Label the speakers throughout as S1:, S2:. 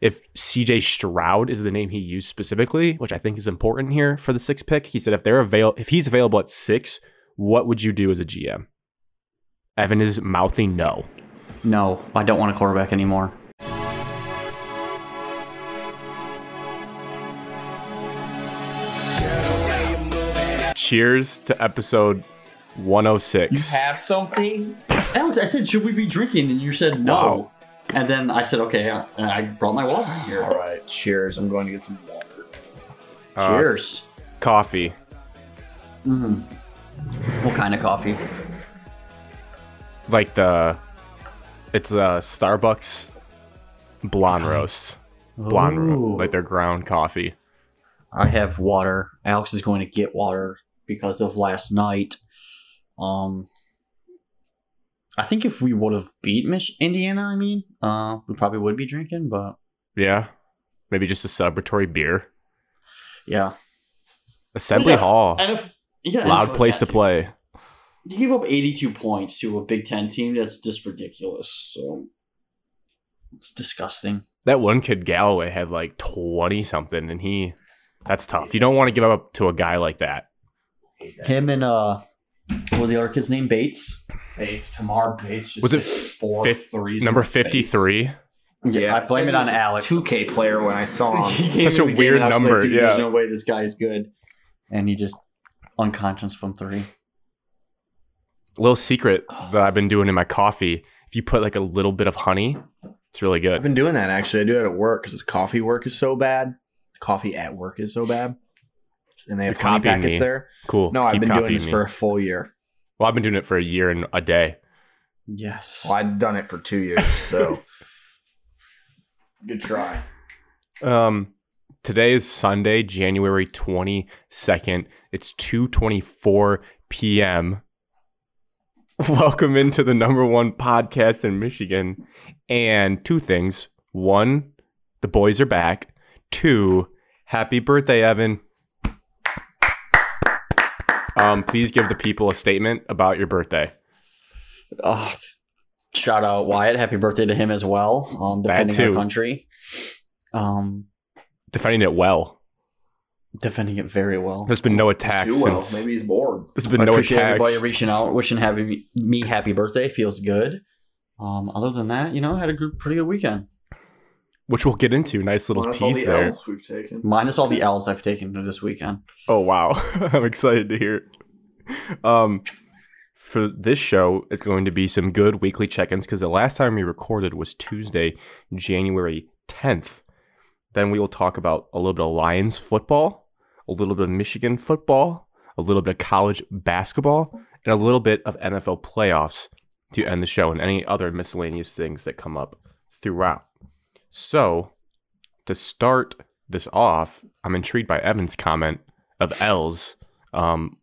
S1: if CJ Stroud is the name he used specifically, which I think is important here for the sixth pick. He said if they're avail if he's available at six, what would you do as a GM? Evan is mouthing no.
S2: No, I don't want a quarterback anymore.
S1: Cheers to episode 106.
S3: You have something?
S2: Alex, I said, should we be drinking? And you said no.
S1: Wow.
S2: And then I said, okay. I, and I brought my water here.
S3: All right, cheers. I'm going to get some water.
S1: Uh,
S2: Cheers.
S1: Coffee.
S2: Mm-hmm. What kind of coffee?
S1: Like the it's a Starbucks blonde roast. Blonde roast.
S2: Ooh.
S1: Like their ground coffee.
S2: I have water. Alex is going to get water because of last night. Um, I think if we would have beat Mich- Indiana, I mean, uh, we probably would be drinking. But
S1: Yeah. Maybe just a celebratory beer.
S2: yeah,
S1: Assembly
S2: Yeah.
S1: Hall.
S2: and if yeah,
S1: Loud place to play.
S2: You give up eighty-two points to a Big Ten team. That's just ridiculous. So it's disgusting.
S1: That one kid Galloway had like 20 something and he that's tough. You don't want to give up to a guy like that.
S2: Him and uh, what was the other kid's name? Bates.
S3: Bates, Tamar Bates just
S1: Was it
S3: hit four
S1: fif-
S3: threes
S1: Number
S3: in the face.
S1: 53.
S2: I blame it on Alex.
S3: 2K player when I saw him.
S2: He came
S1: Such a
S2: in the game
S1: weird
S2: and I was like,
S1: number,
S2: "Dude,
S1: yeah.
S2: There's no way this guy's good. And he just unconscious from three.
S1: little secret that I've been doing in my coffee. If you put like a little bit of honey, it's really
S3: I've
S1: good.
S3: been doing that actually. I do it at work because coffee work is so bad. Coffee at work is so bad, and they have
S1: You're
S3: coffee
S1: copying
S3: packets
S1: me.
S3: there.
S1: Cool.
S3: No, I've
S1: Keep
S3: been doing
S1: copying
S3: this
S1: me.
S3: for a full year.
S1: well, I've been doing it for a year and a day.
S2: Yes.
S3: Well, I've done it for two years, so good try.
S1: Um, today is Sunday, January twenty second. It's two twenty four p.m. Welcome into the number one podcast in Michigan. And two things: one, the boys are back. Two, happy birthday, Evan. Um, please give the people a statement about your birthday.
S2: Oh, shout out Wyatt. Happy birthday to him as well. Um,
S1: That
S2: defending our
S1: too.
S2: country. Um,
S1: Defending it well.
S2: defending it very well.
S1: There's been no attacks since.
S3: he's bored.
S1: There's
S2: I
S1: been no
S2: appreciate everybody
S1: attacks.
S2: reaching out, wishing happy me happy birthday. Feels good. Um, other than that, you know, I had a good, pretty good weekend.
S1: which we'll get into. Nice little tease there.
S3: we've taken.
S2: Minus all the L's I've taken this weekend.
S1: Oh wow, I'm excited to hear. it. Um, for this show, it's going to be some good weekly check-ins because the last time we recorded was Tuesday, January 10th. Then we will talk about a little bit of Lions football, a little bit of Michigan football, a little bit of college basketball, and a little bit of NFL playoffs to end the show, and any other miscellaneous things that come up throughout. So, to start this off, I'm intrigued by Evan's comment of L's. Um,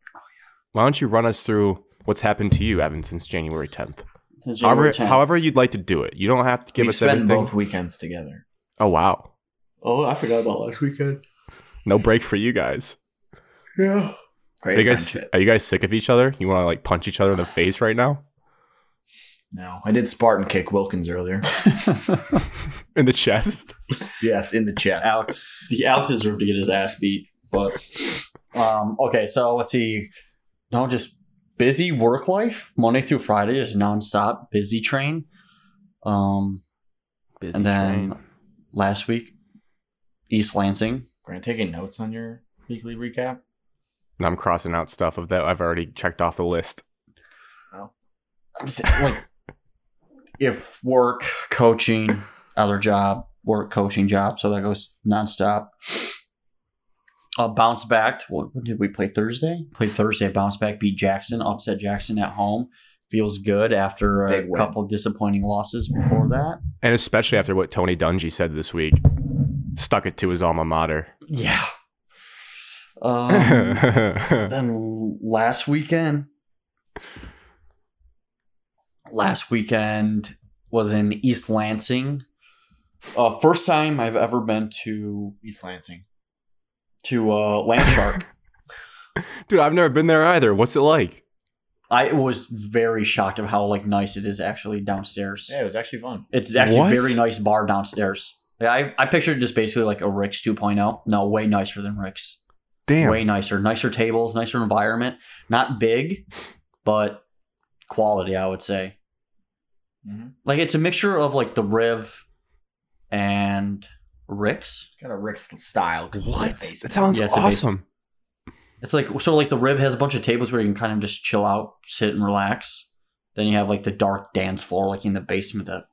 S1: why don't you run us through what's happened to you, Evan, since January 10th?
S2: Since
S1: However,
S2: January 10th.
S1: however you'd like to do it. You don't have to give
S3: we
S1: us
S3: spent
S1: everything.
S3: both weekends together.
S1: Oh wow,
S3: Oh, I forgot about last weekend.
S1: no break for you guys.
S3: Yeah.
S1: Are
S3: Great
S1: you guys,
S3: friendship.
S1: are you guys sick of each other? You want to like punch each other in the face right now?
S3: No, I did Spartan kick Wilkins earlier.
S1: In the chest?
S3: yes, in the chest.
S2: Alex, the Alex deserved to get his ass beat. But um, okay, so let's see. No, just busy work life Monday through Friday, just nonstop busy train. Um,
S1: Busy
S2: and then last week, East Lansing.
S3: Grant, taking notes on your weekly recap.
S1: And I'm crossing out stuff of that I've already checked off the list.
S2: I'm just saying, like, if work, coaching, other job, work, coaching, job, so that goes nonstop. Uh, bounce back. What, what did we play Thursday? Play Thursday. Bounce back. Beat Jackson. Upset Jackson at home. Feels good after a
S3: Big win.
S2: couple of disappointing losses before that.
S1: And especially after what Tony Dungy said this week, stuck it to his alma mater.
S2: Yeah. Um, then last weekend last weekend was in east lansing uh, first time i've ever been to
S3: East Lansing.
S2: to uh, landshark
S1: Dude, I've never been there either. What's it like?
S2: i was very shocked of how like nice it is actually downstairs
S3: Yeah, it was actually fun.
S2: it's actually
S1: What?
S2: a very nice bar downstairs Yeah, I, I pictured just basically like a Rick's 2.0. No, way nicer than Rick's.
S1: Damn.
S2: Way nicer. Nicer tables, nicer environment. Not big, but quality, I would say.
S4: Mhm.
S2: Like it's a mixture of like the Riv and Rick's.
S4: Kind of Rick's style. 'cause it's
S1: What?
S4: like basic.
S1: That sounds
S2: Yeah, it's a base-
S1: awesome.
S2: It's like so like the Riv has a bunch of tables where you can kind of just chill out, sit and relax. Then you have like the dark dance floor, like in the basement. That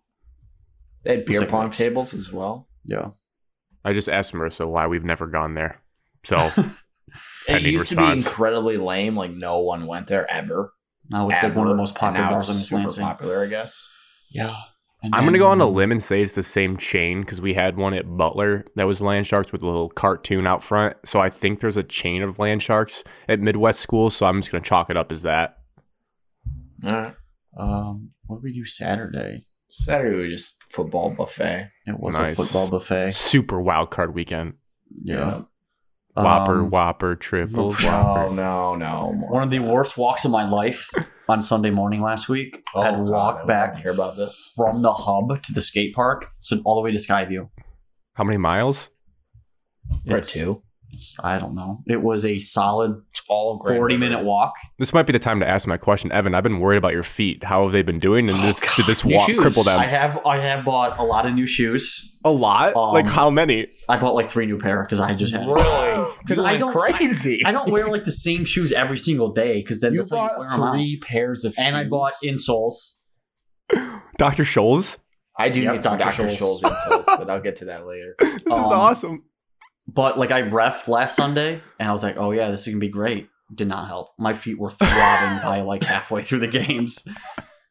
S4: They had beer
S2: like
S4: pong
S2: Rick's.
S4: tables as well.
S2: yeah,
S1: I just asked Marissa why we've never gone there. So
S4: It
S1: Pending
S4: used to be
S1: response.
S4: incredibly lame. Like no one went there ever.
S2: now it's like one of the most popular bars in this
S4: super
S2: Lansing.
S4: popular, I guess.
S2: Yeah,
S1: I'm gonna go on a limb and say it's the same chain because we had one at Butler that was Land Sharks with a little cartoon out front. So I think there's a chain of Land Sharks at Midwest School. So I'm just gonna chalk it up as that.
S4: Alright.
S2: Um, what did we do Saturday?
S4: Saturday we just football buffet.
S2: It was a
S1: Nice.
S2: football buffet.
S1: Super wild card weekend.
S2: Yeah,
S1: Whopper,
S2: Um,
S1: Whopper, triple.
S2: oof.
S4: Oh
S1: Whopper.
S4: no, no. more.
S2: One of the worst walks of my life on Sunday morning last week.
S4: Oh,
S2: I had to
S4: God, I
S2: walk
S4: wanna
S2: back
S4: hear about this.
S2: from the hub to the skate park, so all the way to Skyview.
S1: How many miles?
S4: Or
S2: It's-
S4: two.
S2: It's, I don't know. It was a solid
S4: All Grand
S2: forty
S4: River.
S2: minute walk.
S1: This might be the time to ask my question, Evan. I've been worried about your feet. How have they been doing? And
S2: Oh,
S1: this, did this
S4: new
S1: walk
S4: shoes.
S1: cripple them?
S2: I have I have bought a lot of new shoes.
S1: a lot?
S2: Um,
S1: like how many?
S2: I bought like three new pair because I just had.
S4: Really?
S2: Because I don't-
S4: crazy.
S2: I don't wear like the same shoes every single day because then
S4: you
S2: that's how you wear 'em
S4: bought
S2: out.
S4: three pairs of
S2: And I
S4: shoes.
S2: bought insoles.
S1: Dr. Scholes?
S4: I do
S2: Yep,
S4: need some
S2: Dr.
S4: Dr.
S2: Scholl's.
S4: Scholl's insoles, but I'll get to that later.
S1: This is
S2: Um,
S1: awesome.
S2: But like I refed last Sunday and I was like, oh yeah, this is gonna be great. Did not help. My feet were throbbing by like halfway through the games.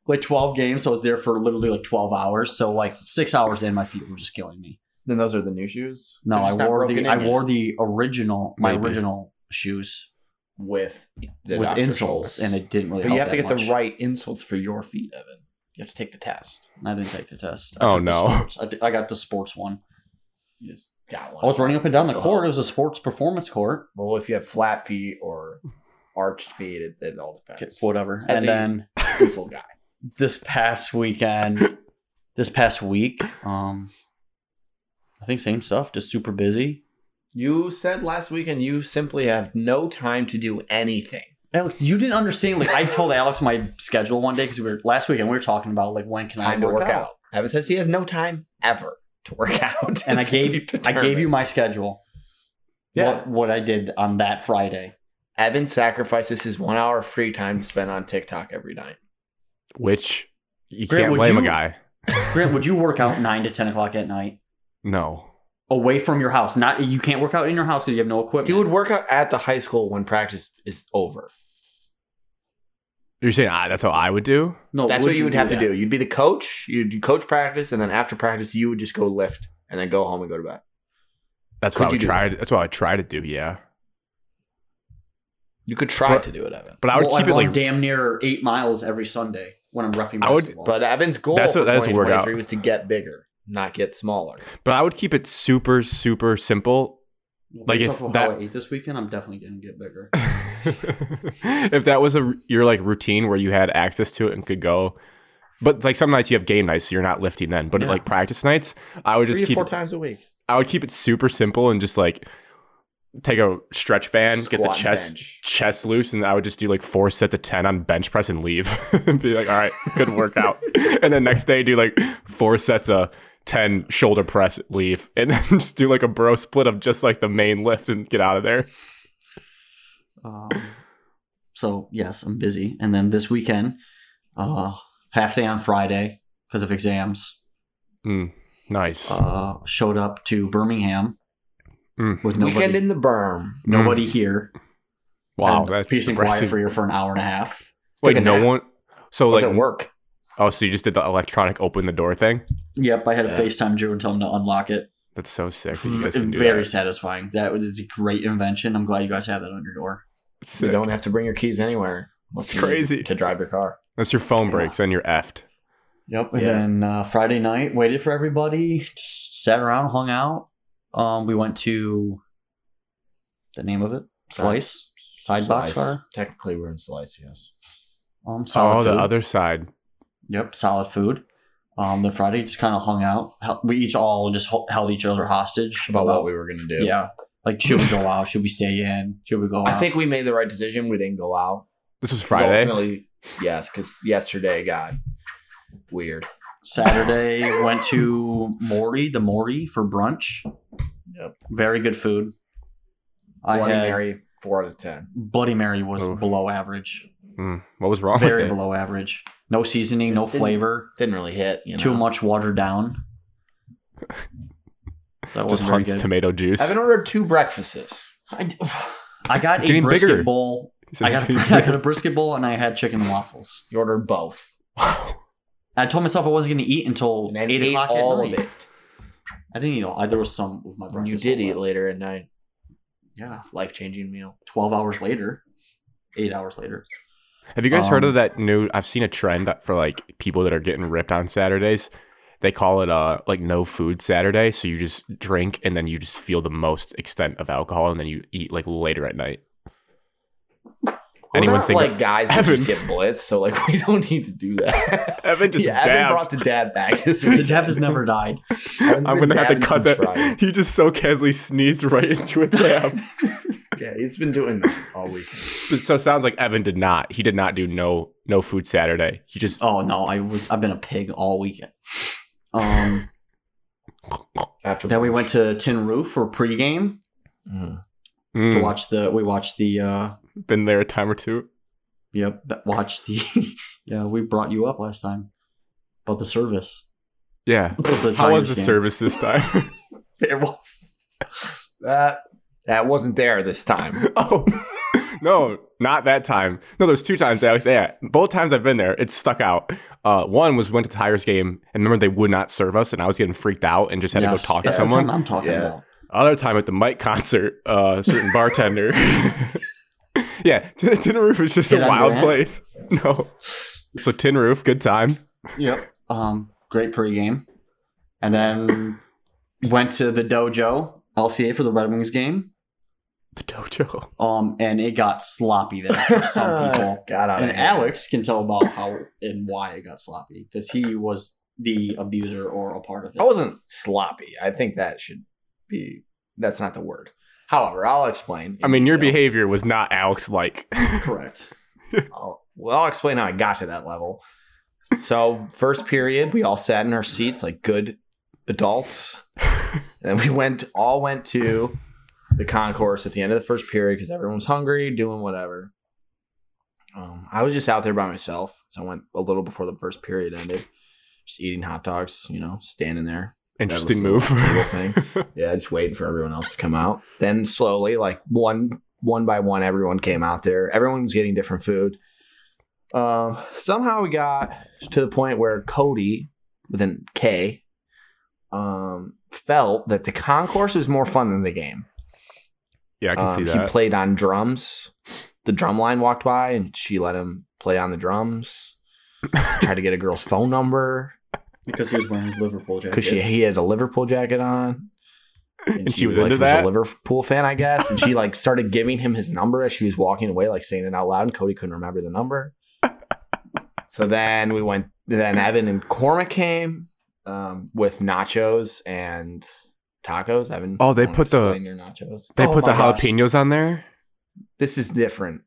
S2: Like 12 games, so I was there for literally like 12 hours. So like six hours in, my feet were just killing me.
S4: Then those are the new shoes.
S2: No,
S4: They're
S2: I
S4: just not
S2: wore
S4: broken
S2: the
S4: in
S2: I
S4: yet.
S2: wore the original my
S1: Maybe.
S2: original shoes
S4: with the
S2: with
S4: Dr.
S2: insoles,
S4: Scholl's.
S2: and it didn't really.
S4: But you have
S2: help
S4: to get
S2: that much.
S4: the right insoles for your feet, Evan. You have to take the test.
S2: I didn't take the test.
S1: Oh,
S2: took the
S1: no.
S2: sports. I, did- I got the sports one.
S4: You just got one.
S2: I was running up and down the
S4: So-
S2: court. It was a sports performance court.
S4: Well, if you have flat feet or arched feet, it, it all
S2: Okay,
S4: depends.
S2: Whatever.
S4: As
S2: and
S4: a-
S2: then
S4: this little guy.
S2: this past weekend, this past week, um, I think same stuff, just super busy.
S4: You said last weekend you simply have no time to do anything.
S2: Alex, you didn't understand. Like I told Alex my schedule one day because we were last weekend. We were talking about like when can
S4: Time
S2: I
S4: to
S2: work,
S4: work
S2: out,
S4: out. Evan says he has no time ever to work out.
S2: and I
S4: It's
S2: gave I gave
S4: determined.
S2: you my schedule.
S4: Yeah.
S2: What what I did on that Friday.
S4: Evan sacrifices his one hour of free time to spend on TikTok every night.
S1: Which you
S2: Grant,
S1: can't
S2: would
S1: blame a
S2: you-
S1: guy.
S2: Grant, would you work out nine to ten o'clock at night
S1: No.
S2: away from your house? Not you can't work out in your house because you have no equipment.
S4: He would work out at the high school when practice is over.
S1: You're saying ah, that's how I would do?
S2: no,
S4: That's what you would have
S2: that?
S4: to do. You'd be the coach. You'd do coach practice, and then after practice, you would just go lift and then go home and go to bed.
S1: That's what
S4: Could
S1: I
S4: you
S1: would
S4: do
S1: try. To, that's what I would try to do. Yeah,
S4: You could try
S1: But-
S4: to do it, Evan.
S1: but I would
S2: Well,
S1: keep
S2: I
S1: it
S2: run
S1: like
S2: damn near eight miles every Sunday when I'm roughing
S1: I would-
S2: basketball.
S4: But Evan's goal
S1: That's
S4: that's
S1: what-
S4: for
S1: that's a workout.
S4: 2023 was to get bigger, not get smaller.
S1: But I would keep it super, super simple. Like,
S2: Based
S1: if
S2: off of
S1: that-
S2: how I ate this weekend, I'm definitely gonna get bigger.
S1: if that was a your like routine where you had access to it and could go, but like some nights you have game nights, so you're not lifting then. But
S2: Yeah.
S1: like practice nights, I would just
S4: Three to
S1: keep.
S4: four
S1: It,
S4: times a week.
S1: I would keep it super simple and just like take a stretch band, get the
S4: Squat and
S1: chest
S4: bench.
S1: chest loose, and I would just do like four sets of ten on bench press and leave. and be like, all right, good workout. and then next day do like four sets of ten shoulder press, leave, and then just do like a bro split of just like the main lift and get out of there.
S2: Um, so yes, I'm busy. And then this weekend, uh, half day on Friday because of exams.
S1: Mm, nice.
S2: Uh, showed up to Birmingham
S1: Mm.
S2: with nobody,
S4: Weekend in the berm.
S2: nobody here.
S1: Wow,
S2: and
S1: that's
S2: peace and quiet
S1: depressing.
S2: for you for an hour and a half.
S1: Wait,
S4: Took a
S1: no
S4: nap.
S1: one. So
S4: Was
S1: like,
S4: at work.
S1: oh, so you just did the electronic open the door thing?
S2: Yep, I had to
S4: Yeah.
S2: FaceTime Drew and tell him to unlock it.
S1: That's so sick. that you guys can do
S2: Very
S1: that.
S2: satisfying. That was a great invention. I'm glad you guys have that on your door.
S1: Sick.
S4: You don't have to bring your keys anywhere. unless
S1: It's
S4: you need
S1: crazy.
S4: to drive your car.
S1: Unless your phone breaks and you're effed.
S2: Yep. And
S4: Yeah.
S2: then uh, Friday night, waited for everybody, just sat around, hung out. Um, we went to the name of it, Slice, Side Box
S4: Slice.
S2: Bar.
S4: Technically, we're in slice. Yes.
S2: Um, solid
S1: Oh, the
S2: food.
S1: other side.
S2: Yep, solid food. Um, then Friday just kind of hung out. Hel- We each all just ho- held each other hostage
S4: about what we were gonna do.
S2: Yeah, like should we go out? Should we stay in? Should we go out?
S4: I think we made the right decision. We didn't go out.
S1: This was Friday.
S4: Ultimately, yes, because yesterday got weird.
S2: Saturday went to Mori, the Mori for brunch.
S4: Yep.
S2: Very good food. I
S4: Bloody
S2: had
S4: Mary, four out of ten.
S2: Bloody Mary was
S1: Oh.
S2: below average.
S1: Mm, what was wrong
S2: Very
S1: with it?
S2: below average. No seasoning,
S4: Just
S2: no
S4: didn't-
S2: flavor.
S4: Didn't really hit. You know?
S2: Too much watered down. That was
S1: Just
S2: very
S1: Hunt's
S2: good.
S1: tomato juice.
S4: I've been ordered two breakfasts.
S2: I, d- I got
S1: It's
S2: a
S1: getting
S2: brisket
S1: bigger.
S2: bowl.
S1: He said
S2: I got, a, I got a brisket bowl and I had chicken and waffles.
S4: You ordered both.
S2: I told myself I wasn't going to eat until
S4: And then
S2: eight
S4: ate
S2: o'clock
S4: all
S2: at night.
S4: of it.
S2: I didn't eat all. I, there was some with my
S4: You
S2: breakfast.
S4: did
S2: bowl
S4: eat
S2: left.
S4: later at night.
S2: Yeah,
S4: Life changing meal.
S2: twelve hours later, eight hours later.
S1: Have you guys heard
S2: Um,
S1: of that new? I've seen a trend for like people that are getting ripped on Saturdays. They call it uh like no food Saturday. So you just drink and then you just feel the most extent of alcohol and then you eat like later at night. Anyone
S4: We're not
S1: think?
S4: like guys that
S1: Evan.
S4: just get blitzed, so like we don't need to do that.
S1: Evan just
S4: yeah, Evan
S1: dabbed.
S4: brought the dad back this
S2: The
S4: week.
S2: dab has never died.
S1: I'm
S4: Evan's been
S1: gonna have to
S4: dabbing
S1: cut that.
S4: since Friday.
S1: He just so casually sneezed right into a dab.
S4: yeah, he's been doing that all week.
S1: But so it sounds like Evan did not. He did not do no no food Saturday. He just
S2: Oh no, I was. I've been a pig all weekend. Um.
S4: After
S2: then we went to Tin Roof for pregame
S4: Mhm.
S2: to
S1: Mm,
S2: watch the. We watched the. uh
S1: been there a time or two.
S2: Yep. that- Watch the. yeah, we brought you up last time about the service.
S1: Yeah.
S2: The
S1: How was
S2: Tigers
S1: the
S2: game.
S1: service this time?
S4: It was that that wasn't there this time.
S1: oh no, not that time. No, there's two times, Alex. Yeah, both times I've been there, it's stuck out. Uh, one was went to Tigers game, and remember they would not serve us, and I was getting freaked out and just had to
S2: Yes,
S1: go talk
S2: that's
S1: to
S2: the
S1: someone.
S2: time I'm talking
S4: Yeah.
S2: about.
S1: Other time at the Mike concert, uh, a certain bartender. yeah, Tin, Tin Roof is just
S2: Did
S1: a
S2: I
S1: wild
S2: rant?
S1: place. No, so Tin Roof, good time.
S2: Yep. Um, great pregame. And then went to the dojo, LCA for the Red Wings game.
S1: The dojo.
S2: Um, and it got sloppy there for some people.
S4: got out
S2: And
S4: of hand.
S2: Alex can tell about how and why it got sloppy because he was the abuser or a part of it.
S4: I wasn't sloppy. I think that should be that's not the word. However, I'll explain. in
S1: I mean, your
S4: detail.
S1: behavior was not Alex like.
S2: correct.
S4: I'll, well, I'll explain how I got to that level. So, first period, we all sat in our seats like good adults. and we went, all went to the concourse at the end of the first period because everyone was hungry, doing whatever. Um, I was just out there by myself. So, I went a little before the first period ended, just eating hot dogs, you know, standing there,
S1: Interesting
S4: That was
S1: move.
S4: the table thing. yeah, just waiting for everyone else to come out. Then slowly, like one one by one, everyone came out there. Everyone was getting different food. Um, somehow we got to the point where Cody, with an K, um, felt that the concourse was more fun than the game.
S1: Yeah, I can
S4: Um,
S1: see that.
S4: He played on drums. The drum line walked by and she let him play on the drums. Tried to get a girl's phone number
S2: Because he was wearing his Liverpool jacket.
S4: because she he had a Liverpool jacket on,
S1: And she was
S4: like,
S1: into that?
S4: a Liverpool fan, I guess. And she like started giving him his number as she was walking away, like saying it out loud. And Cody couldn't remember the number. so then we went. Then Evan and Cormac came um, with nachos and tacos. Evan,
S1: Oh, they
S4: wanna
S1: put the-
S4: explain your nachos.
S1: they
S4: Oh
S1: put the
S4: my gosh.
S1: jalapenos on there.
S4: This is different.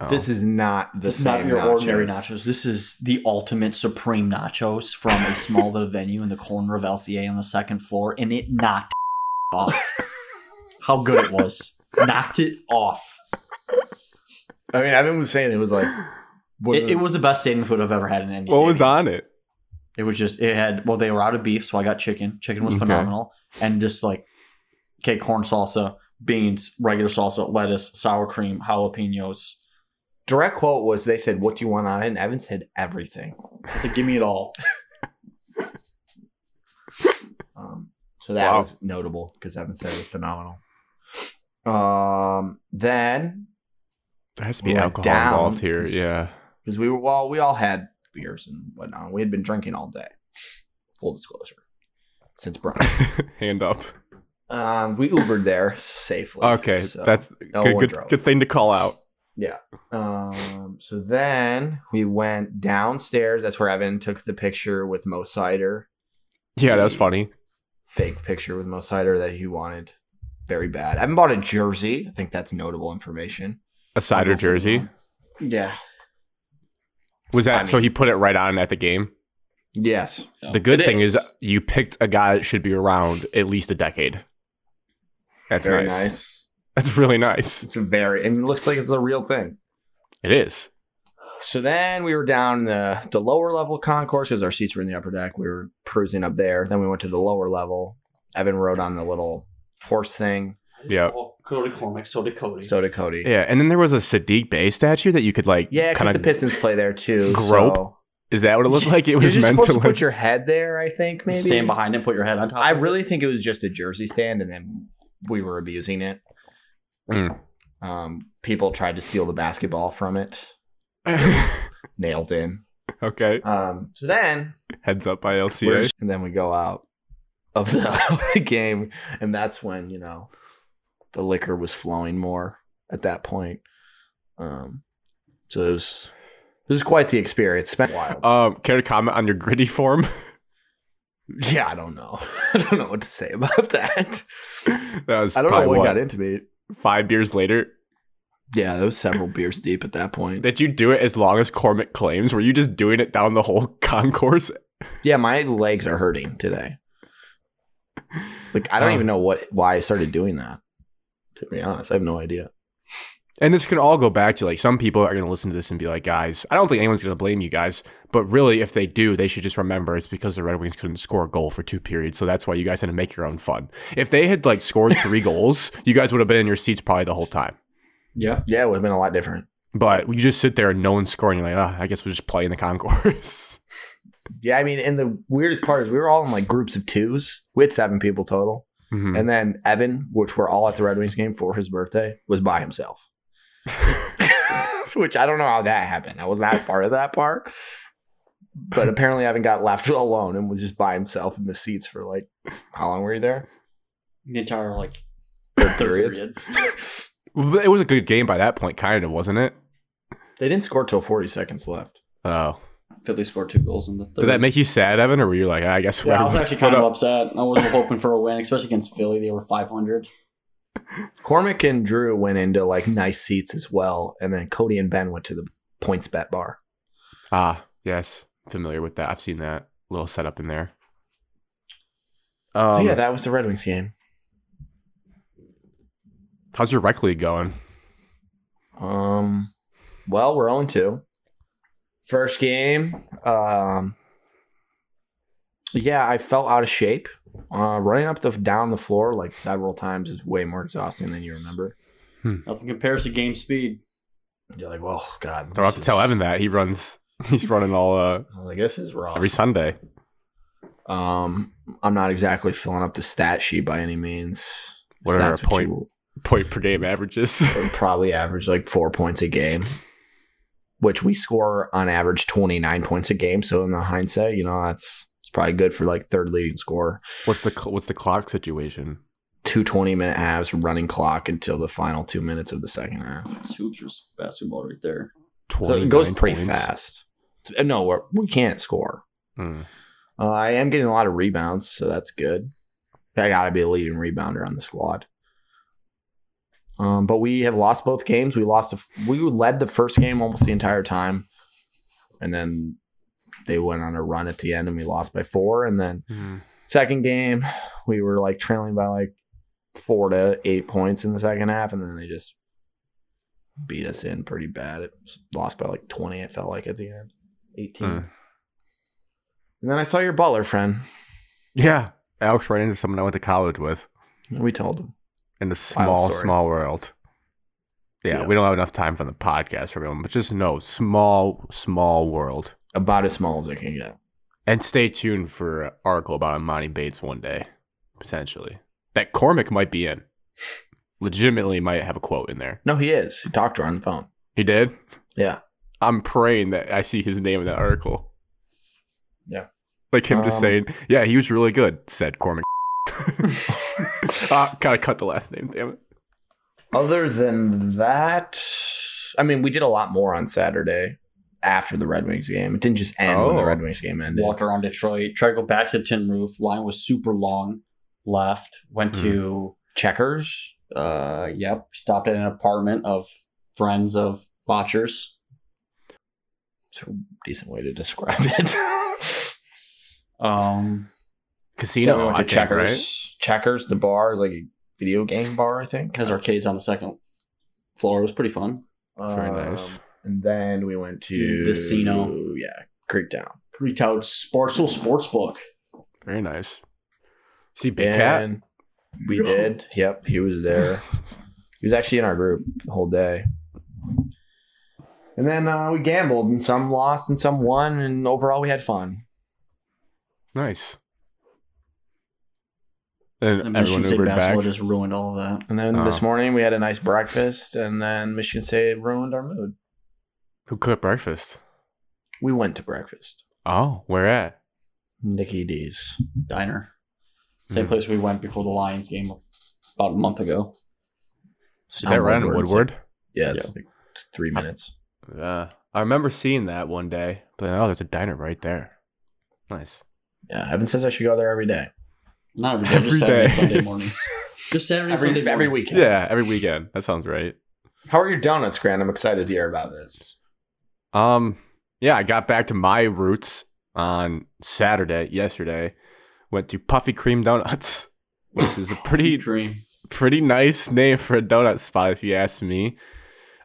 S1: Oh.
S4: This is not the
S2: this is
S4: same
S2: not your
S4: nachos.
S2: ordinary nachos. This is the ultimate supreme nachos from a small little venue in the corner of LCA on the second floor, and it knocked off. How good it was! knocked it off.
S4: I mean, Evan was saying it was like what
S2: It, it was the best stadium food I've ever had in any.
S1: what was
S2: stadium.
S1: on it?
S2: It was just it had well they were out of beef, so I got chicken. Chicken was
S1: Okay.
S2: phenomenal, and just like okay, corn salsa, beans, regular salsa, lettuce, sour cream, jalapenos.
S4: direct quote was they said, "What do you want on it?" And Evan said, "Everything."
S2: It's like give me it all.
S4: Um, so that
S1: Wow.
S4: was notable because Evan said it was phenomenal. Um, then
S1: There has to
S4: We
S1: be
S4: went
S1: alcohol
S4: down.
S1: involved here. Yeah.
S4: because we were well, we all had beers and whatnot. We had been drinking all day. Full disclosure, since brunch.
S1: Hand up.
S4: um, we Ubered there safely.
S1: Okay,
S4: so
S1: that's
S4: no
S1: good,
S4: one
S1: good,
S4: drove.
S1: good thing to call out.
S4: Um, so then we went downstairs. That's where Evan took the picture with Mo Cider,
S1: Yeah, that was funny.
S4: fake picture with Mo Cider that he wanted very bad. Evan bought a jersey. I think that's notable information.
S1: A cider jersey.
S2: Yeah.
S1: Was that
S4: I
S1: so
S4: mean-
S1: he put it right on at the game?
S4: Yes.
S1: The good
S2: It
S1: thing is. you picked a guy that should be around at least a decade. That's
S4: very
S1: nice.
S4: nice.
S1: That's really nice.
S4: It's a very, and it looks like it's the real thing.
S1: It is.
S4: So then we were down in the, the lower level concourse because our seats were in the upper deck. We were cruising up there. Then we went to the lower level. Evan rode on the little horse thing.
S1: Yeah.
S2: Well, Cody Cormick, so did Cody.
S4: So did Cody.
S1: Yeah, and then there was a Sadiq Bay statue that you could like
S4: Yeah, because
S1: kind
S4: the
S1: of
S4: Pistons play there too.
S1: grope?
S4: so-
S1: Is that what it looked like? It was
S4: You're just
S1: meant
S4: supposed
S1: to
S4: to,
S1: look
S4: put your head there, I think. Maybe
S2: Stand behind him, put your head on top.
S4: I
S2: of it.
S4: really think it was just a jersey stand, and then we were abusing it.
S1: Mm.
S4: Um, people tried to steal the basketball from it. Nailed in.
S1: Okay.
S4: Um, so then,
S1: Heads up by
S4: we're
S1: LCA.
S4: just- and then we go out of the, of the game, and that's when you know the liquor was flowing more at that point. Um, so it was this is quite the experience. Spent wild.
S1: Um, care to comment on your gritty form?
S4: yeah, I don't know. I don't know what to say about that.
S1: that was
S4: I don't know
S1: probably
S4: what,
S1: what,
S4: got into me.
S1: five beers later.
S4: Yeah, that was several beers deep at that point.
S1: Did you do it as long as Cormac claims? Were you just doing it down the whole concourse?
S4: Yeah, my legs are hurting today. Like I don't
S1: Oh.
S4: even know what why I started doing that. To be honest, I have no idea.
S1: And this can all go back to like some people are going to listen to this and be like, guys, I don't think anyone's going to blame you guys, but really, if they do, they should just remember it's because the Red Wings couldn't score a goal for two periods, so that's why you guys had to make your own fun. If they had like scored three goals, you guys would have been in your seats probably the whole time.
S2: Yeah.
S4: Yeah, it would have been a lot different.
S1: But you just sit there and no one's scoring. You're like, ah, I guess we'll just play in the concourse.
S4: Yeah, I mean, and the weirdest part is we were all in like groups of twos. We had seven people total,
S1: Mhm.
S4: and then Evan, which were all at the Red Wings game for his birthday, was by himself. which I don't know how that happened. I was not part of that part, but apparently Evan got left alone and was just by himself in the seats for like how long were you there?
S2: The entire like
S4: Third
S2: period.
S4: period.
S1: But it was a good game by that point, kind of, wasn't it?
S4: They didn't score till 40 seconds left.
S1: Oh.
S2: Philly scored two goals in the third.
S1: Did that make you sad, Evan, or were you like, "Ah, I guess we're
S2: yeah, I was
S1: gonna
S2: actually
S1: split
S2: kind of
S1: up?
S2: upset. I wasn't hoping for a win, especially against Philly. They were 500.
S4: Cormac and Drew went into like nice seats as well, and then Cody and Ben went to the points bet bar.
S1: Ah, yes. Familiar with that. I've seen that little setup in there. Um,
S4: so yeah, that was the Red Wings game.
S1: how's your rec league going?
S4: Um, well, we're on two. First game, um, yeah, I felt out of shape. Uh, running up the down the floor like several times is way more exhausting than you remember.
S2: Nothing compares to game speed.
S4: You're like, well, God,
S1: They're about
S4: this
S1: to tell
S4: is-
S1: Evan that he runs. He's running all uh,
S4: I was like, this is wrong.
S1: every Sunday.
S4: Um, I'm not exactly filling up the stat sheet by any means. If
S1: What are
S4: that's
S1: our point-
S4: you-
S1: Point per game averages.
S4: would probably average like four points a game, which we score on average 29 points a game. So in the hindsight, you know, that's it's probably good for like third leading scorer.
S1: what's the cl- what's the clock situation?
S4: Two 20 minute halves running clock until the final two minutes of the second half.
S2: It's hoops or basketball right there.
S4: So
S1: 20
S4: it goes pretty fast. It's- No, we're, we can't score.
S1: Hmm.
S4: Uh, I am getting a lot of rebounds, so that's good. I got to be a leading rebounder on the squad. Um, but we have lost both games. We lost. A, we led the first game almost the entire time, and then they went on a run at the end, and we lost by four. And then second game, we were like trailing by like four to eight points in the second half, and then they just beat us in pretty bad. It was lost by like twenty. It felt like at the end, eighteen.
S1: Hmm.
S4: And then I saw your Butler friend.
S1: Yeah, Alex ran into someone I went to college with
S4: We told him.
S1: in the small
S4: story.
S1: small world. Yeah,
S4: Yeah.
S1: we don't have enough time for the podcast for everyone, but just know small small world.
S4: About as small as it can get.
S1: And stay tuned for an article about Amani Bates one day, potentially. That Cormac might be in. Legitimately might have a quote in there.
S4: No, he is. He talked to her on the phone.
S1: He did?
S4: Yeah.
S1: I'm praying that I see his name in that article.
S4: Yeah.
S1: Like him just
S4: Um,
S1: saying, yeah, he was really good, said Cormac. ah, gotta cut the last name, damn it.
S4: Other than that, was. I mean, we did a lot more on Saturday after the Red Wings game. It didn't just end when the
S1: Oh.
S4: Red Wings game ended.
S2: walked around Detroit, tried to go back to the tin roof. Line was super long. Left, went
S1: Hmm.
S2: to
S4: Checkers.
S2: uh, yep, stopped at an apartment of friends of botchers.
S4: It's a decent way to describe it.
S2: Um,
S1: Casino.
S4: yeah, we went to
S1: I think,
S4: Checkers.
S1: right?
S4: Checkers, the bar is like a video game bar, I think.
S2: has arcades on the second floor. It was pretty fun.
S1: Very nice.
S4: Um, And then we went to
S2: Dude, the Sino.
S4: Yeah, Creek Down.
S2: Retailed Sparkle Sportsbook.
S1: Very nice. See Big Cat.
S4: And we did. Yep, he was there. he was actually in our group the whole day. And then uh, we gambled, and some lost, and some won, and overall we had fun.
S1: Nice. And
S2: I
S1: everyone
S2: should say
S1: Ubered
S2: basketball
S1: back.
S2: just ruined all of that.
S4: And then this
S1: Oh.
S4: morning we had a nice breakfast, and then Michigan State ruined our mood.
S1: Who cooked breakfast?
S4: We went to breakfast.
S1: Oh, where at?
S4: Nikki D's.
S2: Diner. Same
S1: Mhm.
S2: place we went before the Lions game about a month ago.
S1: Is that right in Woodward?
S4: Yeah, it's like three minutes.
S1: Yeah. I remember seeing that one day. But oh, there's a diner right there. Nice.
S4: Yeah, Evan says I should go there every day.
S2: Not every day,
S1: Every
S2: just Saturday and
S1: day.
S2: Sunday mornings. just Saturday and
S4: Every-
S2: Sunday
S4: every
S2: mornings.
S4: weekend.
S1: Yeah. every weekend. That sounds right.
S4: How are your donuts, Grant? I'm excited to hear about this.
S1: Um, yeah, I got back to my roots on Saturday, yesterday. Went to Puffy Cream Donuts, which is a pretty
S2: dream.
S1: pretty nice name for a donut spot if you ask me.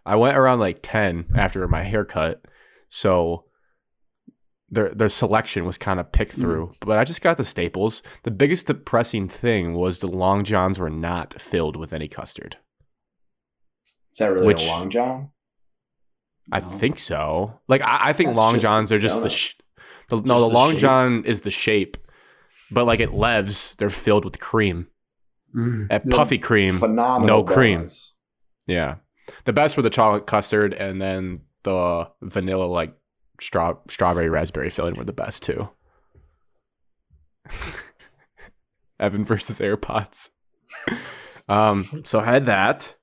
S1: I went around like 10 after my haircut. So their their selection was kind of picked through, but I just got the staples. The biggest depressing thing was the long johns were not filled with any custard.
S4: Is that really
S1: Which-
S4: a long john?
S1: I
S2: No.
S1: think so. Like I, I think
S4: That's
S1: long
S4: just
S1: johns are just the,
S4: donut.
S1: sh- the no
S2: Just
S1: the
S2: the
S1: long
S2: shape.
S1: john is the shape, but like at Lev's they're filled with cream. At
S2: Yeah.
S1: Puffy Cream,
S4: Phenomenal.
S1: No cream.
S4: donuts.
S1: Yeah. The best were the chocolate custard and then the vanilla like straw strawberry raspberry filling were the best too. Evan versus AirPods. um so I had that.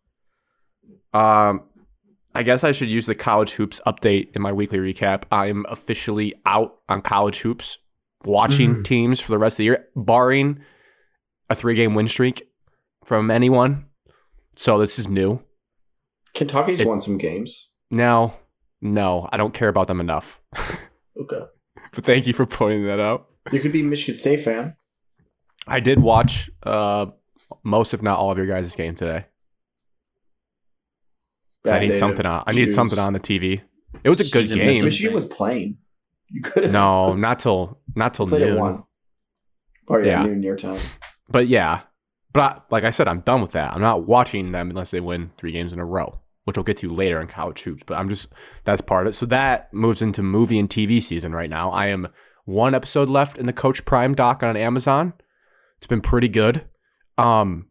S1: Um I guess I should use the college hoops update in my weekly recap. I'm officially out on college hoops, watching teams for the rest of the year, barring a three game win streak from anyone. So this is new.
S4: Kentucky's
S1: It-
S4: won some games.
S1: No, no, I don't care about them enough.
S4: Okay.
S1: But thank you for pointing that out.
S4: You could be a Michigan State fan.
S1: I did watch uh, most, if not all, of your guys' game today. 'Cause I
S4: Bad day
S1: need
S4: to
S1: something on. I need
S4: choose.
S1: something on the TV. It was a good
S2: Did you miss
S1: game.
S2: it?
S4: Michigan was playing. You could have
S1: No, not till not till
S4: played at
S1: noon.
S4: one. Or
S1: Yeah.
S4: yeah, noon your time.
S1: But yeah, but I, like I said, I'm done with that. I'm not watching them unless they win three games in a row, which we'll get to later in college hoops. But I'm just that's part of it. So that moves into movie and TV season right now. I am one episode left in the Coach Prime doc on Amazon. It's been pretty good. Um,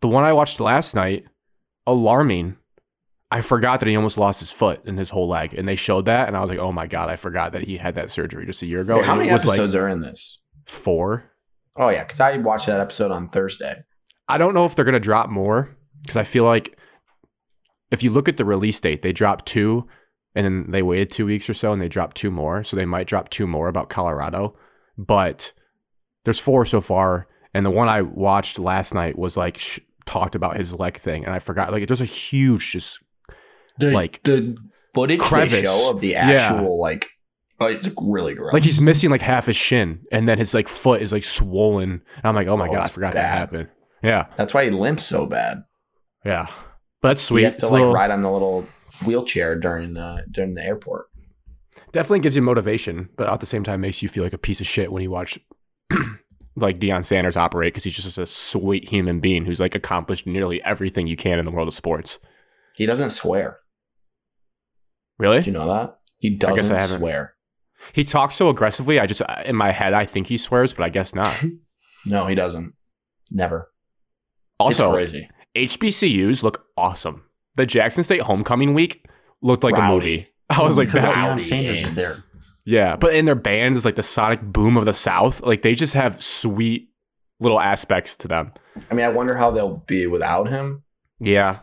S1: the one I watched last night, alarming. I forgot that he almost lost his foot and his whole leg, and they showed that, and I was like, "Oh my god, I forgot that he had that surgery just a year ago."
S4: how
S1: and
S4: many
S1: it was
S4: episodes
S1: like
S4: are in this?
S1: four.
S4: Oh yeah, because I watched that episode on Thursday.
S1: I don't know if they're going to drop more because I feel like if you look at the release date, they dropped two and then they waited two weeks or so and they dropped two more. So they might drop two more about Colorado. But there's four so far. And the one I watched last night was like sh- talked about his leg thing. And I forgot. Like, there's a huge just
S4: The,
S1: Like-
S4: the footage they
S1: Crevice.
S4: show of the actual like, oh, it's really gross.
S1: Like he's missing like half his shin, and then his like foot is like swollen. And I'm like, oh my
S4: Oh,
S1: god, I
S4: it's
S1: forgot that
S4: bad.
S1: happened. Yeah,
S4: that's why he limps so bad.
S1: yeah, but that's sweet.
S4: He has to
S1: It's a
S4: like
S1: little-
S4: ride on the little wheelchair during the during the airport.
S1: definitely gives you motivation, but at the same time makes you feel like a piece of shit when you watch like Deion Sanders operate because he's just a sweet human being who's like accomplished nearly everything you can in the world of sports.
S4: He doesn't swear. Do
S1: Really?
S4: you know that? He
S1: Eh. I
S4: doesn't
S1: haven't.
S4: swear.
S1: He talks so aggressively. I just in my head I think he swears, but I guess not.
S4: No, he doesn't. Never. It's
S1: Also,
S4: crazy.
S1: HBCUs look awesome. The Jackson State homecoming week looked like
S4: Rowdy.
S1: a movie. I was like,
S2: Because
S1: that,
S2: Deion
S4: Rowdy
S2: Sanders is
S4: is-
S2: there.
S1: Yeah, but in their band is like the sonic boom of the South. Like they just have sweet little aspects to them.
S4: I mean, I wonder how they'll be without him,
S1: Yeah,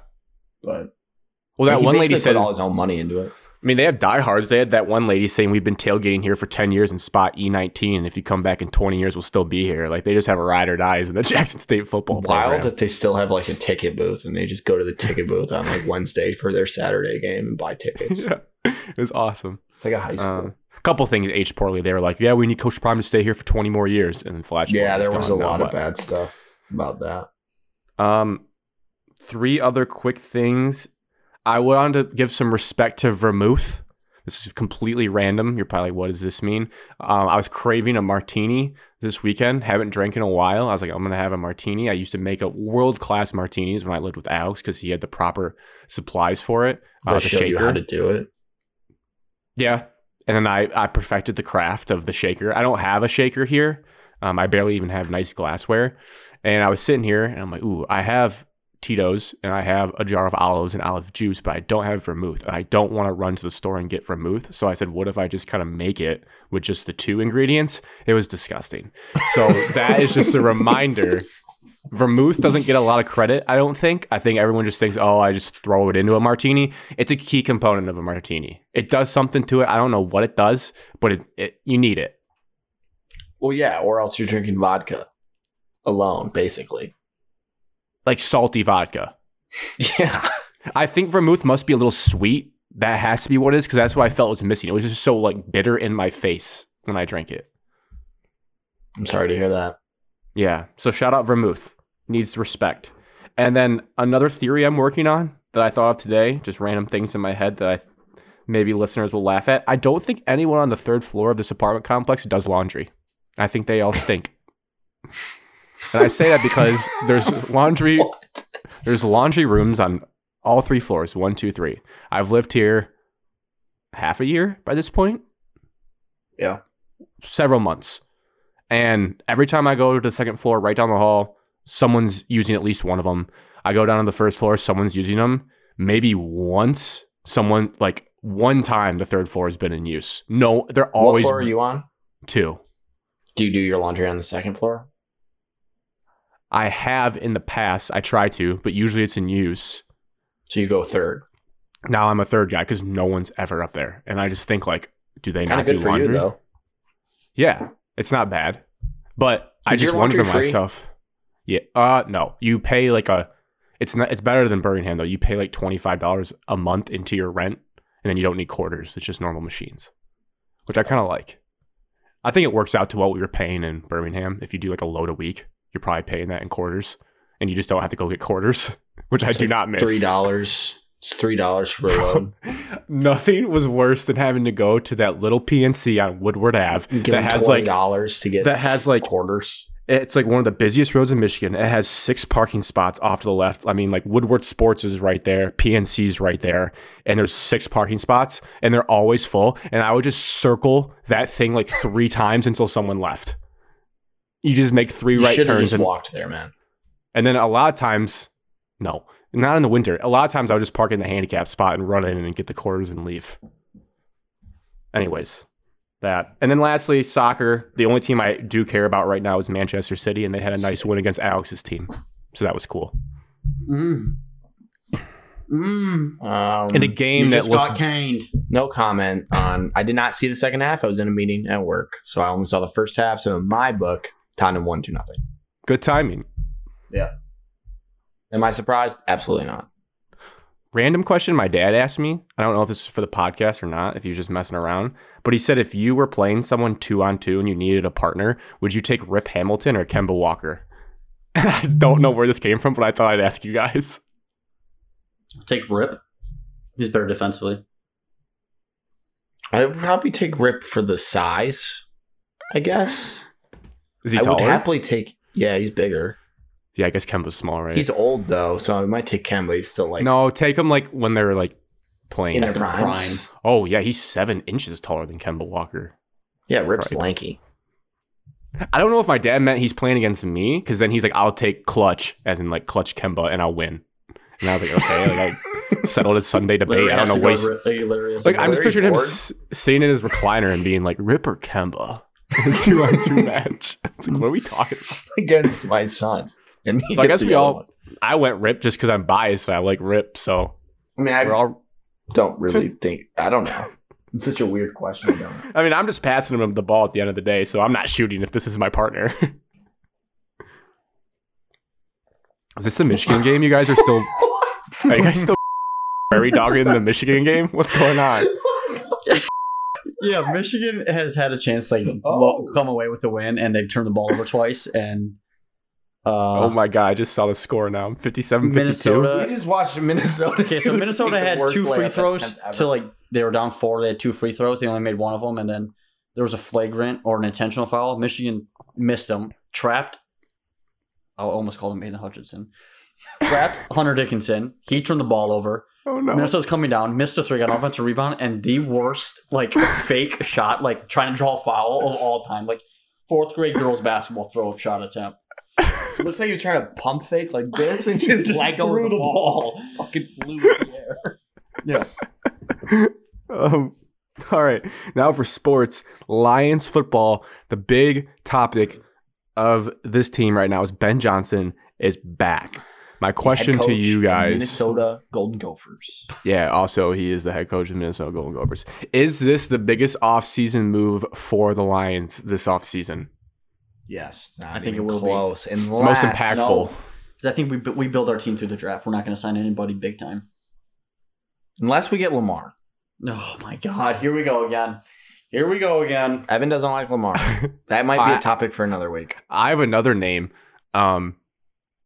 S4: but
S1: Well, that
S4: He
S1: one lady
S4: basically
S1: said.
S4: put all his own money into it.
S1: I mean, they have diehards. They had that one lady saying, "We've been tailgating here for ten years in spot E nineteen, and if you come back in twenty years, we'll still be here." Like they just have a ride or dies in the Jackson State football
S4: Wild
S1: program.
S4: that they still have like a ticket booth and they just go to the ticket booth on like Wednesday for their Saturday game and buy tickets.
S1: yeah, it was awesome.
S4: It's like a high school.
S1: Um, a couple things aged poorly. They were like, "Yeah, we need Coach Prime to stay here for twenty more years," and then Flash.
S4: yeah,
S1: Gordon
S4: there was a
S1: gone now,
S4: lot of
S1: but-
S4: bad stuff about that.
S1: Um, three other quick things. I want to give some respect to Vermouth. This is completely random. You're probably like, what does this mean? Um, I was craving a martini this weekend. Haven't drank in a while. I was like, I'm gonna have a martini. I used to make a world class martinis when I lived with Alex because he had the proper supplies for it. Uh,
S4: They
S1: the
S4: show you how
S1: shaker.
S4: to do it.
S1: Yeah. And then I, I perfected the craft of the shaker. I don't have a shaker here. Um, I barely even have nice glassware. And I was sitting here and I'm like, ooh, I have Tito's and I have a jar of olives and olive juice, but I don't have vermouth. And I don't want to run to the store and get vermouth. So I said, what if I just kind of make it with just the two ingredients? It was disgusting. So that is just a reminder. Vermouth doesn't get a lot of credit, I don't think. I think everyone just thinks, oh, I just throw it into a martini it's a key component of a martini. It does something to it. I don't know what it does, but it, it you need it.
S3: Well, yeah, or else you're drinking vodka alone, basically.
S1: Like salty vodka.
S3: Yeah.
S1: I think vermouth must be a little sweet. That has to be what it is because that's what I felt was missing. It was just so like bitter in my face when I drank it.
S3: I'm sorry to hear that.
S1: Yeah. So shout out vermouth. Needs respect. And then another theory I'm working on that I thought of today, just random things in my head that I maybe listeners will laugh at. I don't think anyone on the third floor of this apartment complex does laundry. I think they all stink. and I say that because there's laundry there's laundry rooms on all three floors, one, two, three. I've lived here half a year by this point.
S3: Yeah.
S1: Several months. And every time I go to the second floor, right down the hall, someone's using at least one of them. I go down to the first floor, someone's using them. Maybe once, someone like one time, the third floor has been in use. No, they're
S3: What
S1: always
S3: floor are you on?
S1: two.
S3: Do you do your laundry on the second floor?
S1: I have in the past. I try to, but usually it's in use.
S3: So you go third.
S1: Now I'm a third guy because no one's ever up there, and I just think like, do they
S3: Kind
S1: not
S3: of good
S1: do
S3: for
S1: laundry?
S3: you, though.
S1: Yeah, it's not bad, but I
S3: Is
S1: just
S3: your
S1: wonder to
S3: laundry free?
S1: myself. Yeah. Uh, no, you pay like a. It's not. It's better than Birmingham though. You pay like twenty five dollars a month into your rent, and then you don't need quarters. It's just normal machines, which I kind of like. I think it works out to what we were paying in Birmingham. If you do like a load a week, you're probably paying that in quarters, and you just don't have to go get quarters, which I do not miss.
S4: Three dollars. It's three dollars for a load.
S1: Nothing was worse than having to go to that little PNC on Woodward Ave
S4: You give
S1: that
S4: them
S1: has
S4: twenty
S1: like
S4: dollars to get
S1: that has like
S4: quarters.
S1: it's like one of the busiest roads in Michigan. It has six parking spots off to the left. I mean, like Woodward Sports is right there, PNC's right there, and there's six parking spots, and they're always full. And I would just circle that thing like three times until someone left. You just make three
S3: You
S1: right
S3: should have
S1: turns,
S3: just
S1: and,
S3: walked there, man.
S1: and then a lot of times, no, not in the winter. A lot of times I would just park in the handicap spot and run in and get the quarters and leave. Anyways, that. And then lastly, soccer. The only team I do care about right now is Manchester City, and they had a nice win against Alex's team. So that was cool.
S2: Mm. Mm.
S3: Um,
S1: In a game
S2: you
S1: that
S2: just
S1: looked
S2: got caned.
S3: no comment on. I did not see the second half. I was in a meeting at work, so I only saw the first half. So in my book, Tottenham won two nothing.
S1: good timing.
S3: Am I surprised? Absolutely not.
S1: Random question my dad asked me. I don't know if this is for the podcast or not, if he was just messing around, but he said if you were playing someone two on two and you needed a partner, would you take Rip Hamilton or Kemba Walker? I don't know where this came from, but I thought I'd ask you guys.
S2: Take Rip. He's better defensively.
S3: I would probably take Rip for the size. I guess
S1: Is he
S3: I would
S1: taller?
S3: happily take. Yeah, he's bigger.
S1: yeah, I guess Kemba's small, right?
S3: He's old though, so I might take Kemba. He's still like
S1: no, take him like when they're like playing.
S3: in their
S2: the
S3: primes.
S2: prime.
S1: oh yeah, he's seven inches taller than Kemba Walker.
S3: Yeah, Rip's
S1: Right.
S3: lanky.
S1: I don't know if my dad meant he's playing against me because then he's like, I'll take clutch as in like clutch Kemba and I'll win. And I was like, okay, like I settled his Sunday debate. I don't know what. he's- Like I'm just picturing him s- sitting in his recliner and being like Ripper Kemba, two on two match. It's like, what are we talking? about?
S3: against my son. And he
S1: So I
S3: gets
S1: guess
S3: the
S1: we
S3: other
S1: all-
S3: one.
S1: I went Rip just because I'm biased and I like Rip, so
S4: I mean, I
S1: We're all.
S4: don't really think. I don't know. It's such a weird question. I don't know.
S1: I mean, I'm just passing him the ball at the end of the day, so I'm not shooting if this is my partner. is this the Michigan game? You guys are still. Are you guys still prairie dogging the Michigan game? What's going
S4: Uh,
S1: on?
S2: Yeah, Michigan has had a chance to like,
S4: Oh.
S2: lo- come away with a win, and they've turned the ball over twice. And uh,
S1: oh my god! I just saw the score now. 57 Uh,
S2: Minnesota.
S4: we just watched Minnesota.
S2: okay, so
S4: dude,
S2: Minnesota
S4: make the
S2: had
S4: worst
S2: two
S4: layup
S2: free
S4: attempt
S2: throws
S4: ever.
S2: to like they were down four. They had two free throws. They only made one of them, and then there was a flagrant or an intentional foul. Michigan missed them, trapped. I almost called him Aiden Hutchinson. Trapped Hunter Dickinson. He turned the ball over.
S1: Oh no!
S2: Minnesota's coming down, missed a three, got an offensive rebound, and the worst like fake shot, like trying to draw a foul of all time, like fourth grade girls basketball throw up shot attempt.
S4: It looks like he was trying to pump fake like this and just like
S2: Leg over
S4: threw the ball.
S2: fucking flew in the air.
S1: Um, all right. Now for sports. Lions football. The big topic of this team right now is Ben Johnson is back. My question
S4: Head
S1: to
S4: coach
S1: you
S4: of
S1: guys.
S4: Minnesota Golden Gophers.
S1: Yeah, also he is the head coach of the Minnesota Golden Gophers. Is this the biggest offseason move for the Lions this offseason?
S4: Yes, it's not
S2: I think
S4: even
S2: it will be.
S4: close. And
S1: Most
S4: last,
S1: impactful.
S2: Because I think we bu- we build our team through the draft. We're not going to sign anybody big time.
S4: Unless we get Lamar.
S2: Oh my God! Here we go again. Here we go again.
S4: Evan doesn't like Lamar. That might be
S1: I-
S4: a topic for another week.
S1: I have another name. Um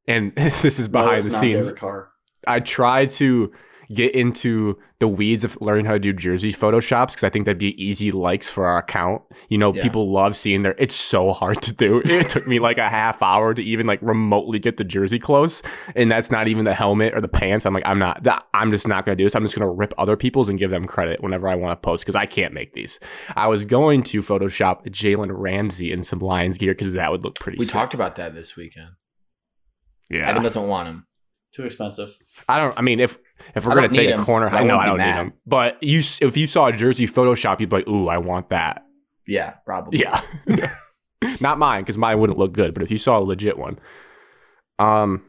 S1: and this is
S2: Oh,
S1: behind the scenes.
S2: Car.
S1: I tried to get into the weeds of learning how to do jersey photoshops because I think that'd be easy likes for our account. You know,
S4: Yeah.
S1: people love seeing their. It's so hard to do. It took me like a half hour to even like remotely get the jersey close, and that's not even the helmet or the pants. I'm like, I'm not. that- I'm just not gonna do this. I'm just gonna rip other people's and give them credit whenever I want to post because I can't make these. I was going to Photoshop Jalen Ramsey in some Lions gear because that would look pretty.
S4: We
S1: sick.
S4: talked about that this weekend.
S1: Yeah.
S4: Evan doesn't want him.
S2: Too expensive.
S1: I don't. I mean, if if we're
S4: I
S1: gonna
S4: don't
S1: take
S4: need
S1: a
S4: him,
S1: corner,
S4: but I
S1: I know
S4: wouldn't
S1: I don't
S4: be
S1: need
S4: mad.
S1: him. But you, s- if you saw a jersey Photoshop, you'd be like, "Ooh, I want that."
S4: Yeah, probably.
S1: Yeah, not mine because mine wouldn't look good. But if you saw a legit one, um,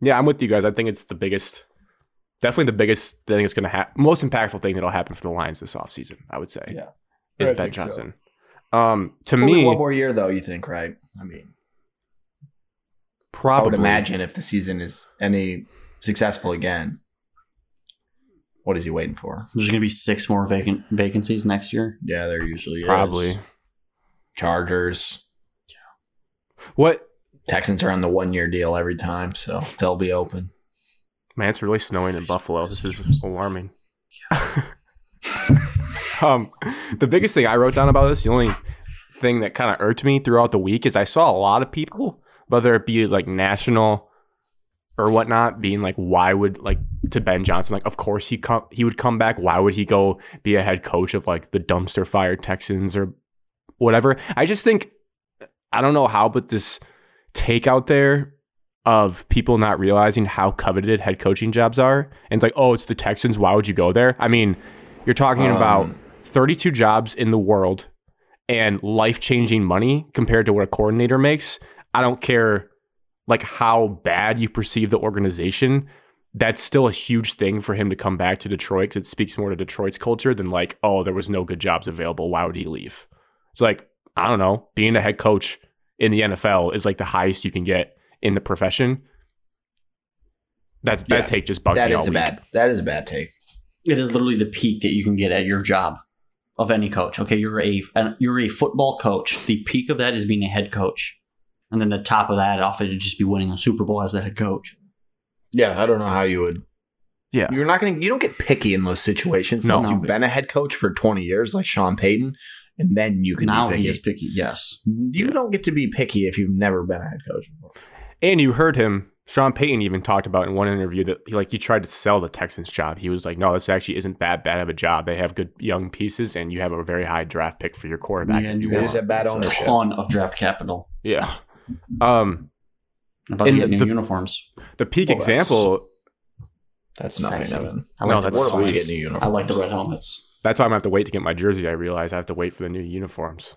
S1: yeah, I'm with you guys. I think it's the biggest, definitely the biggest thing that's gonna happen, most impactful thing that'll happen for the Lions this offseason, I would say.
S4: Yeah. I
S1: is
S4: think
S1: Ben
S4: so.
S1: Johnson. Um, to
S4: Only
S1: me,
S4: one more year though. You think, right? I mean,
S1: probably
S4: I would imagine if the season is any successful again, what is he waiting for?
S2: There's going to be six more vacant vacancies next year.
S4: Yeah, there usually
S1: probably
S4: is. Chargers,
S1: what.
S4: Texans are on the one year deal every time, so they'll be open.
S1: Man, it's really snowing in Buffalo. This is alarming. um, the biggest thing I wrote down about this, the only thing that kind of irked me throughout the week is I saw a lot of people, whether it be like national or whatnot, being like, "Why would like to Ben Johnson? Like, of course he come he would come back. Why would he go be a head coach of like the dumpster fire Texans or whatever?" I just think I don't know how, but this take out there of people not realizing how coveted head coaching jobs are and it's like oh it's the texans why would you go there i mean you're talking about
S4: Um,
S1: 32 jobs in the world and life-changing money compared to what a coordinator makes i don't care like how bad you perceive the organization that's still a huge thing for him to come back to detroit because it speaks more to detroit's culture than like oh there was no good jobs available why would he leave it's like i don't know being a head coach in the nfl is like the highest you can get in the profession that that
S4: Yeah.
S1: take just bugged
S4: That
S1: me
S4: is
S1: all
S4: a
S1: week.
S4: bad. That is a bad take.
S2: It is literally the peak that you can get at your job of any coach. Okay, you're a an, you're a football coach. The peak of that is being a head coach, and then the top of that, off it would just be winning a Super Bowl as the head coach.
S4: Yeah, I don't know how you would.
S1: Yeah.
S4: you're not gonna. You don't get picky in those situations
S1: No.
S4: unless you've been a head coach for 20 years, like Sean Payton, and then you can
S2: now he
S4: be picky.
S2: is picky. Yes.
S4: you don't get to be picky if you've never been a head coach before.
S1: And you heard him. Sean Payton even talked about in one interview that he, like he tried to sell the Texans job. He was like, "No, this actually isn't that bad of a job. They have good young pieces, and you have a very high draft pick for your quarterback.
S2: Yeah,
S1: if you
S2: they
S1: want."
S2: just
S4: have bad ownership.
S2: ton of draft capital.
S1: yeah. Um,
S2: I'm about
S1: And
S2: to
S1: the-
S2: get new
S1: the-
S2: uniforms.
S1: the peak
S4: Well, that's-
S1: example.
S4: That's nothing,
S2: Sexy.
S4: Evan.
S2: I
S1: No,
S2: like
S1: that's
S2: the
S4: We're about to
S1: sweet.
S4: get new uniforms.
S2: I like the red helmets.
S1: That's why I'm gonna have to wait to get my jersey. I realize I have to wait for the new uniforms.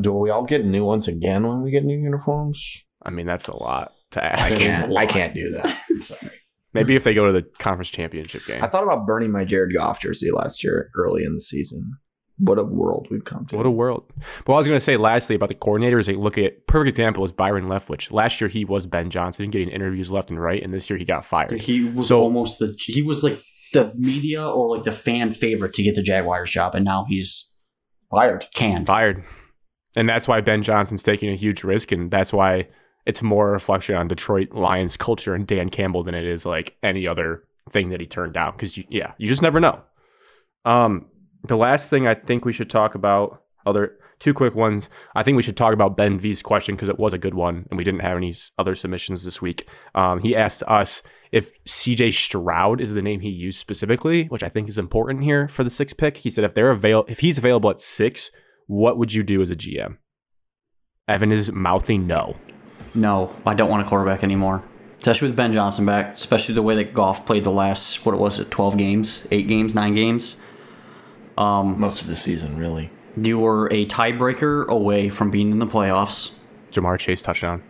S4: Do we all get new ones again when we get new uniforms?
S1: I mean, that's a lot to
S4: I
S1: ask.
S2: That is a
S4: can't.
S2: lot.
S4: I can't do that. I'm sorry.
S1: Maybe if they go to the conference championship game.
S4: I thought about burning my Jared Goff jersey last year early in the season. What a world we've come to.
S1: What a world. But what I was going to say lastly about the coordinators, they look at perfect example is Byron Leftwich. Last year he was Ben Johnson getting interviews left and right, and this year he got fired.
S2: He was
S1: So-
S2: almost the he was like the media or like the fan favorite to get the Jaguars job, and now he's fired. Canned.
S1: Fired. And that's why Ben Johnson's taking a huge risk, and that's why it's more a reflection on Detroit Lions culture and Dan Campbell than it is like any other thing that he turned down. Because yeah, you just never know. Um, the last thing I think we should talk about other two quick ones. I think we should talk about Ben V's question because it was a good one, and we didn't have any s- other submissions this week. Um, he asked us if CJ Stroud is the name he used specifically, which I think is important here for the sixth pick. He said if they're avail- if he's available at six, what would you do as a GM? Evan is mouthing no.
S2: No, I don't want a quarterback anymore. Especially with Ben Johnson back, especially the way that Goff played the last what it was it, twelve games, eight games, nine games.
S4: Most of the season, really.
S2: You were a tiebreaker away from being in the playoffs.
S1: Jamar Chase touchdown.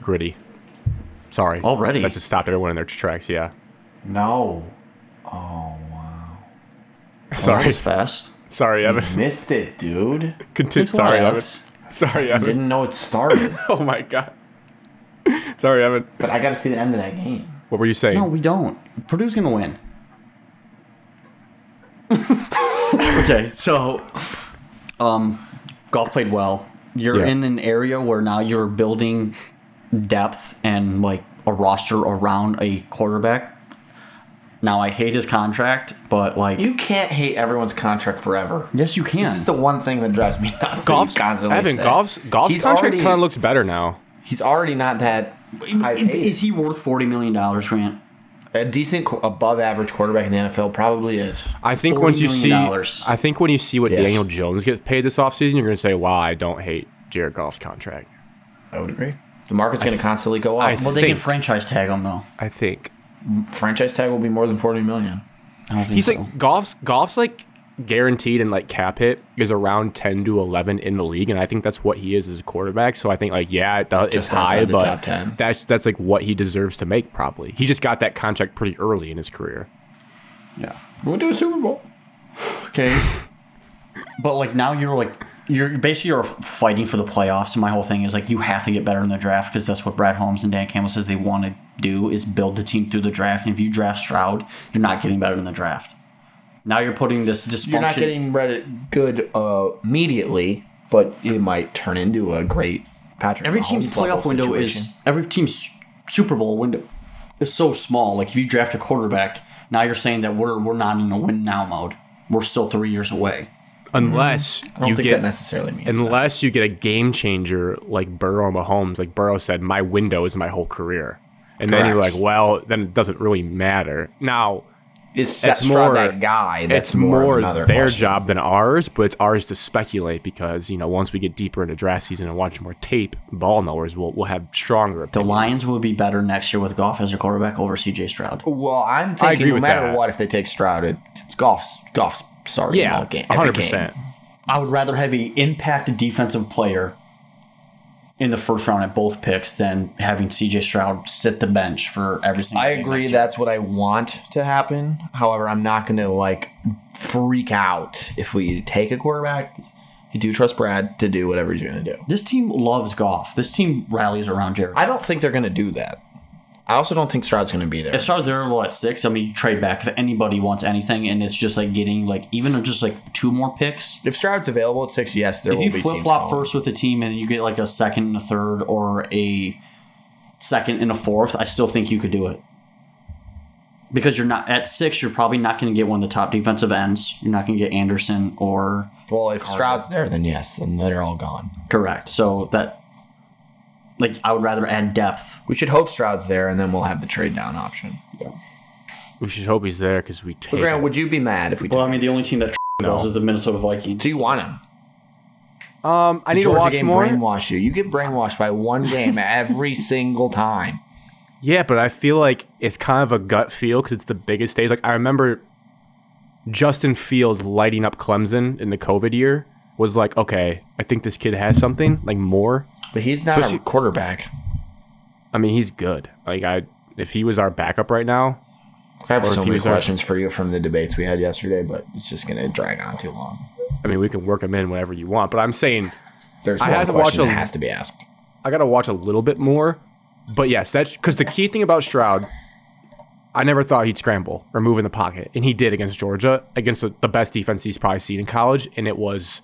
S1: Gritty. Sorry.
S2: Already?
S1: That just stopped everyone in their tracks. Yeah.
S4: No. Oh,
S2: That
S1: Sorry.
S2: was fast.
S1: Sorry, Evan.
S4: Missed it, dude.
S1: Continue.
S2: It's a lot,
S1: Sorry, Evan.
S2: Alex.
S1: Sorry, Evan.
S4: Didn't know it started.
S1: Oh my god. Sorry, Evan.
S4: but I gotta see the end of that game.
S1: What were you saying?
S2: No, we don't. Purdue's gonna win. okay, so um golf played well. You're
S1: Yeah.
S2: in an area where now you're building depth and like a roster around a quarterback. Now I hate his contract, but like
S4: You can't hate everyone's contract forever.
S2: yes you can.
S4: This is the one thing that drives me nuts. that you
S1: Goff's,
S4: constantly
S1: Evan,
S4: say.
S1: Goff's, Goff's
S4: He's
S1: contract
S4: already-
S1: kind of looks better now.
S4: He's already not that high paid.
S2: is he worth forty million dollars, Grant?
S4: a decent, qu- above average quarterback in the NFL probably is.
S1: I think
S2: $40
S1: once you see,
S2: million.
S1: I think when you see what
S4: Yes.
S1: Daniel Jones gets paid this offseason, you're going to say, "Wow, I don't hate Jared Goff's contract."
S4: I would agree. The market's going to constantly go up.
S1: I
S2: Well, they can
S1: think-
S2: franchise tag him though.
S1: I think
S4: franchise tag will be more than forty million.
S2: I don't think
S1: he's
S2: so.
S1: like Goff's. Goff's like guaranteed and like cap hit is around 10 to 11 in the league and I think that's what he is as a quarterback so I think like yeah it does, it's
S4: Just
S1: high
S4: outside the
S1: but
S4: top 10.
S1: that's that's like what he deserves to make probably he just got that contract pretty early in his career
S2: yeah.
S4: We'll do a Super Bowl.
S2: Okay. but like now you're like you're basically you're fighting for the playoffs. And my whole thing is like you have to get better in the draft because that's what Brad Holmes and Dan Campbell says they want to do is build the team through the draft. And if you draft Stroud, you're not getting better in the draft. Now you're putting this dysfunction.
S4: You're not getting Reddit good uh, immediately, but it might turn into a great Patrick.
S2: every
S4: Mahomes
S2: team's
S4: level
S2: playoff window
S4: situation.
S2: is every team's Super Bowl window is so small. Like if you draft a quarterback, now you're saying that we're we're not in a win now mode. We're still three years away.
S1: unless
S4: Mm-hmm. I don't
S1: you
S4: think
S1: get
S4: that necessarily means.
S1: Unless you get a game changer like Burrow and Mahomes, like Burrow said, my window is my whole career. And then you're like,
S4: Correct.
S1: well, then it doesn't really matter. Now,
S4: it's,
S1: it's
S4: that's more
S1: more-
S4: that guy. That's
S1: it's more,
S4: another
S1: their
S4: question.
S1: job than ours, but it's ours to speculate because, you know, once we get deeper into draft season and watch more tape, ball knowers will will have stronger
S2: The
S1: opinions.
S2: Lions will be better next year with Goff as a quarterback over C.J. Stroud.
S4: Well, I'm
S1: I agree
S4: thinking no
S1: with
S4: matter
S1: that.
S4: what, if they take Stroud, it, it's golf's golf's starting
S1: Yeah,
S4: all game. every
S1: 100%.
S4: game.
S2: I would rather have a impact defensive player in the first round at both picks than having CJ Stroud sit the bench for every single
S4: I
S2: game
S4: agree
S2: next year.
S4: that's what I want to happen. However, I'm not going to like freak out if we take a quarterback. I do trust Brad to do whatever he's going to do.
S2: this team loves golf. This team rallies around Jared.
S4: I don't think they're going to do that. I also don't think Stroud's going to be there.
S2: if Stroud's available at six, I mean, you trade back if anybody wants anything, and it's just like getting like even just like two more picks.
S4: If Stroud's available at six, yes, there
S2: If
S4: will
S2: you
S4: be
S2: flip flop first with the team and you get like a second and a third or a second and a fourth, I still think you could do it. Because you're not at six, you're probably not going to get one of the top defensive ends. You're not going to get Anderson or
S4: Well, if Stroud's there, then yes, then they're all gone.
S2: correct. So that, like, I would rather add depth.
S4: We should hope Stroud's there, and then we'll have the trade down option.
S1: We should hope he's there because we take.
S4: Grant,
S1: him.
S4: would you be mad if we?
S2: Well,
S4: took
S2: I mean, the only team that does is the Minnesota Vikings.
S4: do you want him?
S1: um, I need
S4: Georgia
S1: to watch
S4: game
S1: more.
S4: brainwash you. You get brainwashed by one game every single time.
S1: Yeah, but I feel like it's kind of a gut feel because it's the biggest stage. Like I remember Justin Fields lighting up Clemson in the COVID year was like, okay, I think this kid has something like more.
S4: But he's not
S1: Especially-
S4: a quarterback.
S1: I mean, he's good. Like I, if he was our backup right now,
S4: I have
S1: Or
S4: so
S1: if he
S4: many
S1: was our-
S4: questions for you from the debates we had yesterday, but it's just going to drag on too long.
S1: I mean, we can work him in whenever you want. But I'm saying
S4: There's
S1: I
S4: one
S1: had to
S4: question
S1: watch a-
S4: that has to be asked.
S1: I gotta watch a little bit more. But yes, that's because the key thing about Stroud, I never thought he'd scramble or move in the pocket, and he did against Georgia, against the, the best defense he's probably seen in college, and it was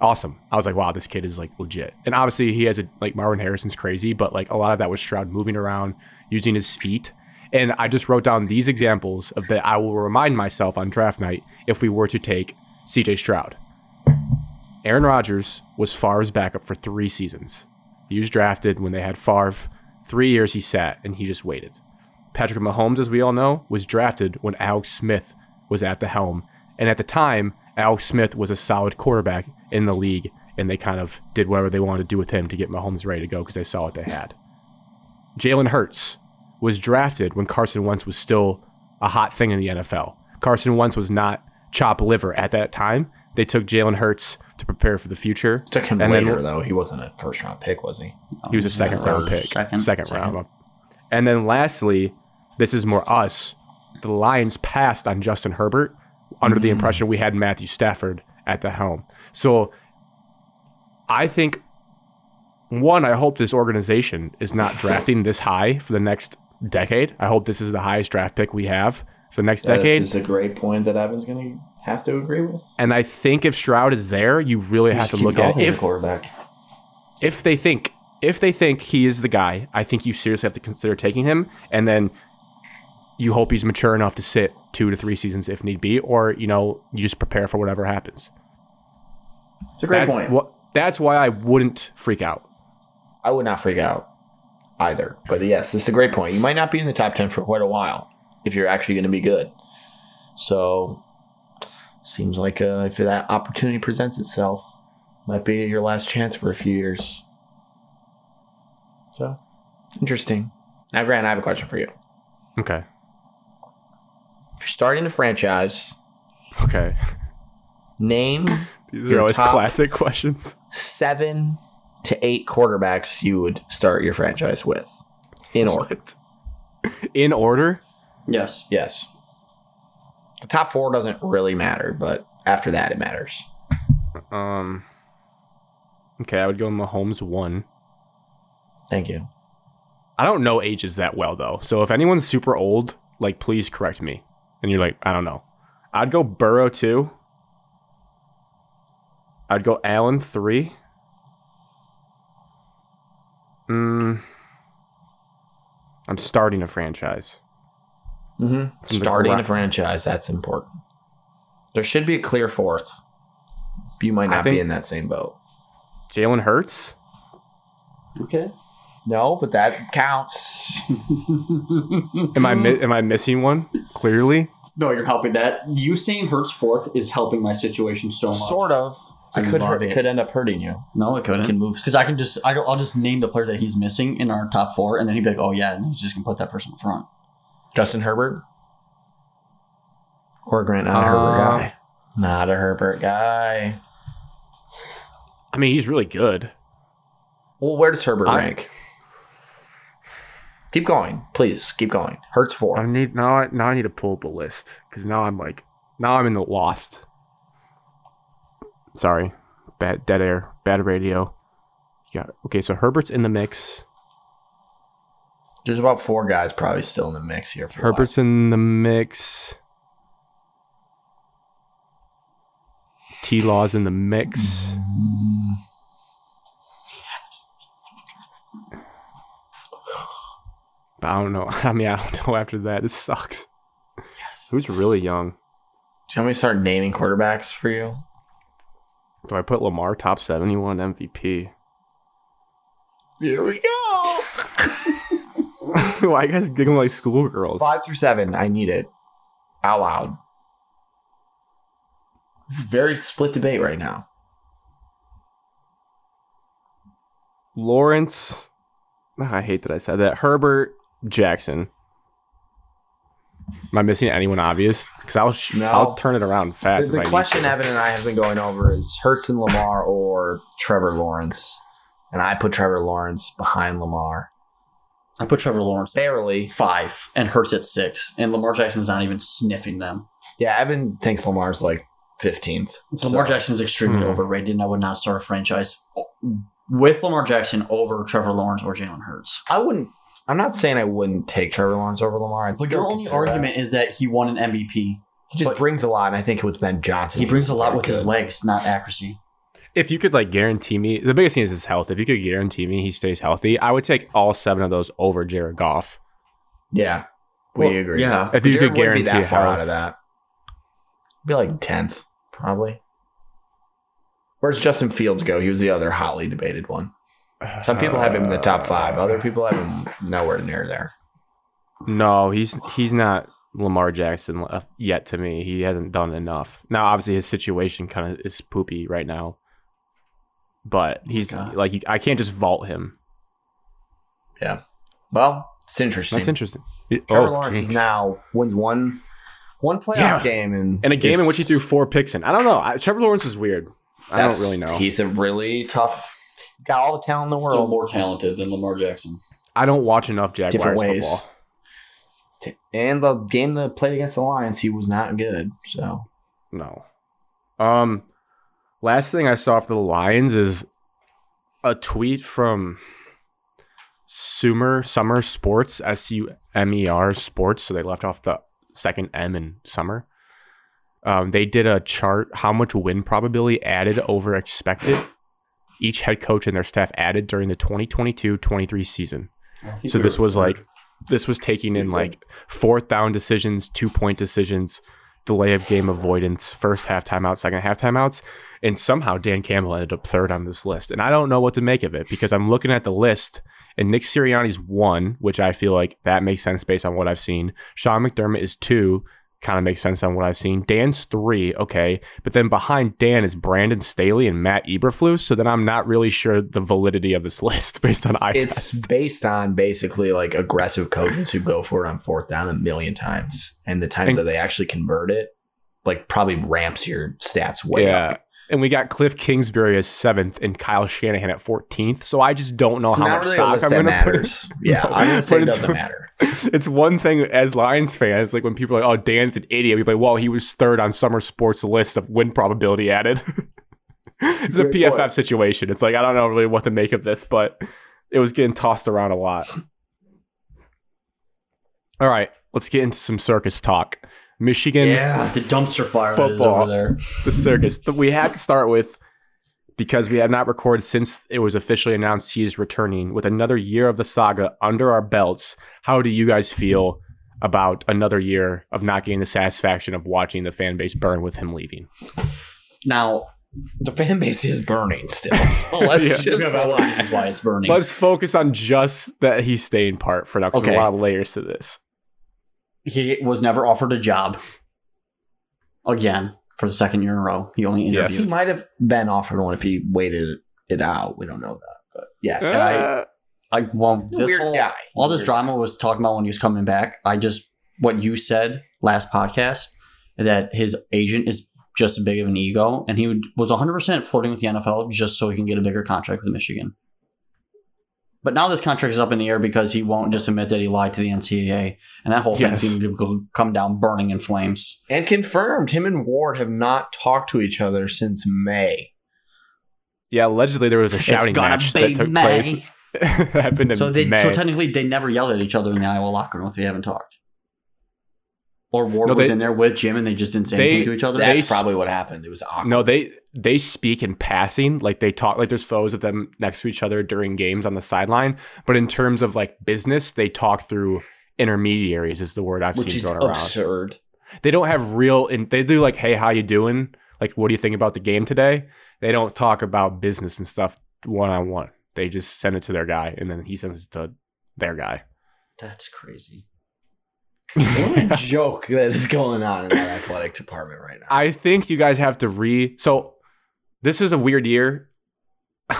S1: awesome. I was like, wow, this kid is like legit. And obviously, he has a like Marvin Harrison's crazy, but like a lot of that was Stroud moving around, using his feet. And I just wrote down these examples of that I will remind myself on draft night if we were to take CJ Stroud. Aaron Rodgers was Favre's backup for three seasons. He was drafted when they had Favre. Three years he sat and he just waited. Patrick Mahomes, as we all know, was drafted when Alex Smith was at the helm. And at the time, Alex Smith was a solid quarterback in the league, and they kind of did whatever they wanted to do with him to get Mahomes ready to go because they saw what they had. Jalen Hurts was drafted when Carson Wentz was still a hot thing in the NFL. Carson Wentz was not chop liver at that time. They took Jalen Hurts to prepare for the future.
S4: Took him
S1: And then-
S4: later, though. He wasn't a first round pick, was he?
S1: He was a second
S2: Third,
S1: round pick.
S2: second, second.
S1: round. And then lastly, this is more us. The Lions passed on Justin Herbert under the impression we had Matthew Stafford at the helm. So I think one, I hope this organization is not drafting this high for the next decade. I hope this is the highest draft pick we have for the next decade.
S4: This is a great point that Evan's going to have to agree with.
S1: and I think if Shroud is there, you really have to look at if
S4: quarterback.
S1: if they think if they think he is the guy, I think you seriously have to consider taking him, and then you hope he's mature enough to sit two to three seasons if need be, or you know you just prepare for whatever happens.
S4: It's a great
S1: that's
S4: point.
S1: what- that's why I wouldn't freak out.
S4: I would not freak out either. But yes, this is a great point. You might not be in the top 10 for quite a while if you're actually going to be good. So, seems like uh, if that opportunity presents itself, might be your last chance for a few years. So, interesting. Now, Grant, I have a question for you.
S1: Okay,
S4: If you're starting a franchise,
S1: okay.
S4: name
S1: These
S4: Your
S1: are always
S4: top-
S1: classic questions.
S4: seven to eight quarterbacks you would start your franchise with in order.
S1: In order,
S2: Yes.
S4: Yes. The top four doesn't really matter, but after that, it matters.
S1: um, okay, I would go Mahomes one.
S4: Thank you.
S1: I don't know ages that well though. So if anyone's super old, like please correct me. And you're like, I don't know. I'd go Burrow two. I'd go Allen three. Mm. I'm starting a franchise. the
S4: Mm-hmm. Starting a
S1: quarterback.
S4: franchise, that's important. There should be a clear fourth. You might
S1: I
S4: not be
S1: think-
S4: in that same boat.
S1: Jalen Hurts.
S2: Okay.
S4: No, but that counts.
S1: Am I mi- am I missing one? Clearly.
S2: No, you're helping that. You saying Hurts fourth is helping my situation so
S1: uh,
S2: much.
S4: sort of.
S2: I
S4: It could,
S2: love
S4: hurt, it
S2: it.
S4: could end up hurting you.
S2: No, it
S4: It can
S2: couldn't.
S4: move.
S2: Because I can just, I, I'll just name the player that he's missing in our top four, and then he'd be like, oh yeah, and he's just gonna put that person in front.
S4: Justin Herbert? Or Grant, not a
S1: Uh,
S4: Herbert guy. Not a Herbert guy.
S1: I mean, he's really good.
S4: Well, where does Herbert
S1: I-
S4: rank? Keep going. Please, keep going. Hurts four.
S1: I need now. I, now I need to pull up a list because now I'm like now I'm in the lost. Sorry, bad dead air, bad radio. Yeah. Okay, so Herbert's in the mix.
S4: There's about four guys probably still in the mix here. For the
S1: Herbert's in the mix. T Law's in the mix. But I don't know. I mean, I don't know after that. This sucks.
S2: Yes.
S1: Who's really young?
S4: Do you want me to start naming quarterbacks for you?
S1: Do I put Lamar top 71 MVP?
S4: Here we go.
S1: Why you guys giggling like schoolgirls?
S4: Five through seven. I need it out loud. This is very split debate right now.
S1: Lawrence. Ah, I hate that I said that. Herbert Jackson. Am I missing anyone obvious? Because I'll sh-
S4: No.
S1: I'll turn it around fast. if
S4: The,
S1: I
S4: the
S1: need
S4: question
S1: to.
S4: Evan and I have been going over is Hertz and Lamar or Trevor Lawrence, and I put Trevor Lawrence behind Lamar.
S2: I put Trevor Lawrence at
S4: Barely.
S2: five and Hurts at six, and Lamar Jackson's not even sniffing them.
S4: Yeah, Evan thinks Lamar's like 15th.
S2: So Lamar
S4: So-
S2: Jackson's extremely
S1: Hmm.
S2: overrated, and I would not start a franchise with Lamar Jackson over Trevor Lawrence or Jalen Hurts.
S4: I wouldn't. I'm not saying I wouldn't take Trevor Lawrence over Lamar. I'd
S2: But
S4: still
S2: your only
S4: consider that.
S2: argument is that he won an MVP.
S4: he just
S2: but-
S4: brings a lot, and I think with Ben Johnson,
S2: He brings a lot
S4: very
S2: with his
S4: good.
S2: legs, not accuracy.
S1: If you could like guarantee me, the biggest thing is his health. If you could guarantee me he stays healthy, I would take all seven of those over Jared Goff.
S4: Yeah, we
S2: Well,
S4: agree.
S2: yeah.
S1: If you could
S4: Jared wouldn't be
S1: guarantee
S4: that far
S1: health.
S4: out of that, be like 10th probably. Where's Justin Fields go? He was the other hotly debated one. Some people have him in the
S1: Uh,
S4: top five. Other people have him nowhere near there.
S1: No, he's he's not Lamar Jackson le- yet to me. He hasn't done enough. Now, obviously, his situation kind of is poopy right now, but
S4: Oh
S1: he's
S2: God.
S1: like I can't just vault him.
S4: Well, it's interesting.
S1: That's interesting.
S4: Trevor
S1: Oh,
S4: Lawrence is
S1: jinx.
S4: now wins one one playoff
S1: Yeah.
S4: game and
S1: in a game in which he threw four picks in. I don't know. I, Trevor Lawrence is weird. I don't really know.
S4: He's a really tough. Got all the talent in the
S2: Still
S4: world.
S2: more talented than Lamar Jackson.
S1: I don't watch enough Jaguars
S4: different ways.
S1: football.
S4: T- And the game that played against the Lions, he was not good. So
S1: No. Um, last thing I saw for the Lions is a tweet from Sumer Summer Sports S U M E R Sports. So they left off the second M in summer. Um, they did a chart how much win probability added over expected each head coach and their staff added during the 2022-23 season. So this was like this was taking in like fourth down decisions, two point decisions, delay of game avoidance, first half timeout, second half timeouts, and somehow Dan Campbell ended up third on this list. And I don't know what to make of it because I'm looking at the list and Nick Sirianni's one, which I feel like that makes sense based on what I've seen. Sean McDermott is two, kind of makes sense on what I've seen. Dan's three, okay, but then behind Dan is Brandon Staley and Matt Eberflus. So then I'm not really sure the validity of this list based on I
S4: it's
S1: test.
S4: based on basically like aggressive coaches who go for it on fourth down a million times, and the times
S1: And-
S4: that they actually convert it, like probably ramps your stats way
S1: yeah.
S4: up.
S1: And we got Cliff Kingsbury as seventh and Kyle Shanahan at 14th. So I just don't know
S4: It's
S1: how
S4: not
S1: much
S4: really a
S1: stock
S4: list
S1: I'm
S4: that
S1: going to put. in-
S4: matters. Yeah,
S1: No,
S4: I'm gonna say
S1: but
S4: it
S1: it's-
S4: doesn't matter.
S1: It's one thing as Lions fans, like when people are like, oh, Dan's an idiot. We'd be like, well, he was third on Summer Sports list of win probability added. it's a
S4: Great
S1: PFF
S4: point.
S1: situation. It's like, I don't know really what to make of this, but it was getting tossed around a lot. All right, let's get into some circus talk. Michigan
S2: the dumpster fire that is
S1: Football.
S2: over there.
S1: the circus. Th- We have to start with because we have not recorded since it was officially announced he is returning with another year of the saga under our belts. How do you guys feel about another year of not getting the satisfaction of watching the fan base burn with him leaving?
S2: Now,
S4: The fan base is burning still. So let's
S1: Yeah.
S4: just
S2: we have a lot of reasons why it's burning.
S1: Let's focus on just that he's staying part for now. 'cause There's
S2: Okay.
S1: a lot of layers to this.
S2: he was never offered a job again for the second year in a row. He only
S1: Yes.
S2: interviewed.
S4: He might have been offered one if he waited it out. We don't know that, but yes,
S2: Uh, I- I won't. This
S4: Weird
S2: whole,
S4: guy.
S2: All this
S4: Weird
S2: drama was talking about when he was coming back. I just what you said last podcast that his agent is just as big of an ego, and he would, was 100 percent flirting with the NFL just so he can get a bigger contract with Michigan. But now this contract is up in the air because he won't just admit that he lied to the NCAA, and that whole
S1: Yes.
S2: thing seemed to go, come down burning in flames.
S4: and confirmed him and Ward have not talked to each other since May.
S1: yeah, allegedly there was a shouting
S2: it's gonna
S1: match
S2: be
S1: that took
S2: May.
S1: place. happened in
S2: So they
S1: May.
S2: so technically they never yelled at each other in the Iowa locker room if they haven't talked. Or Ward
S1: No,
S2: was
S1: they-
S2: in there with Jim and they just didn't say
S1: they-
S2: anything to each other.
S1: they-
S4: That's probably what happened. It was awkward.
S1: No, they they speak in passing, like they talk like there's photos of them next to each other during games on the sideline. But in terms of like business, they talk through intermediaries is the word I've
S4: which
S1: seen
S4: is
S1: thrown around.
S4: absurd.
S1: They don't have real and they do like, hey, how you doing? Like what do you think about the game today? They don't talk about business and stuff one on one. They just send it to their guy and then he sends it to their guy.
S2: That's crazy.
S4: What a joke that is going on in that athletic department right now.
S1: I think you guys have to re. So this is a weird year.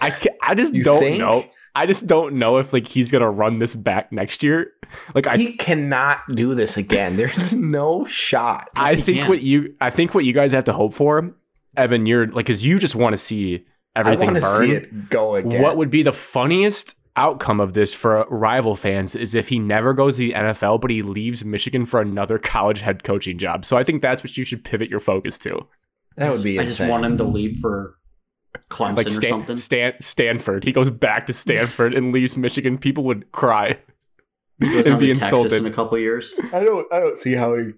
S1: I ca I just
S4: You
S1: don't
S4: think?
S1: know. I just don't know if like he's gonna run this back next year. Like I,
S4: he cannot do this again. There's no shot.
S1: I
S2: he
S1: think
S2: can.
S1: what you, I think what you guys have to hope for, Evan, you're like, cause you just want to see
S4: I
S1: everything
S4: want to
S1: burn.
S4: see it go again.
S1: What would be the funniest outcome of this for rival fans is if he never goes to the NFL, but he leaves Michigan for another college head coaching job. So I think that's what you should pivot your focus to.
S3: That would be
S2: I just
S3: insane.
S2: want him to leave for Clemson
S1: Like
S2: or
S1: Stan-
S2: something.
S1: Stan- Stanford. He goes back to Stanford and leaves Michigan. People would cry.
S2: He goes
S1: and
S2: on
S1: be
S2: to Texas
S1: insulted.
S2: in a couple years.
S3: I don't. I don't see how he,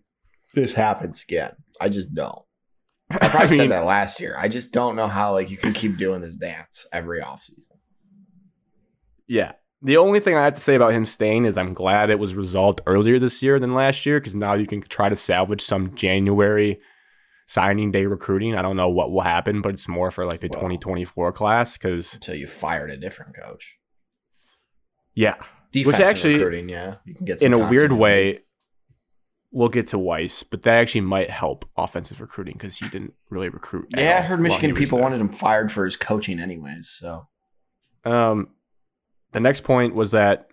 S3: this happens again. I just don't. I
S1: I
S3: probably
S1: mean,
S3: said that last year. I just don't know how like you can keep doing this dance every offseason.
S1: yeah. The only thing I have to say about him staying is I'm glad it was resolved earlier this year than last year because now you can try to salvage some January signing day recruiting. I don't know what will happen, but it's more for like the
S3: Well.
S1: 2024 class because,
S3: until you fired a different coach.
S1: yeah,
S3: Defense
S1: actually,
S3: recruiting, yeah, you can get some
S1: in a
S3: content.
S1: weird way, we'll get to Weiss, but that actually might help offensive recruiting because he didn't really recruit. at
S3: Yeah, I
S1: all
S3: heard
S1: while he
S3: Michigan
S1: was
S3: people
S1: there.
S3: wanted him fired for his coaching, anyways. So
S1: Um, the next point was that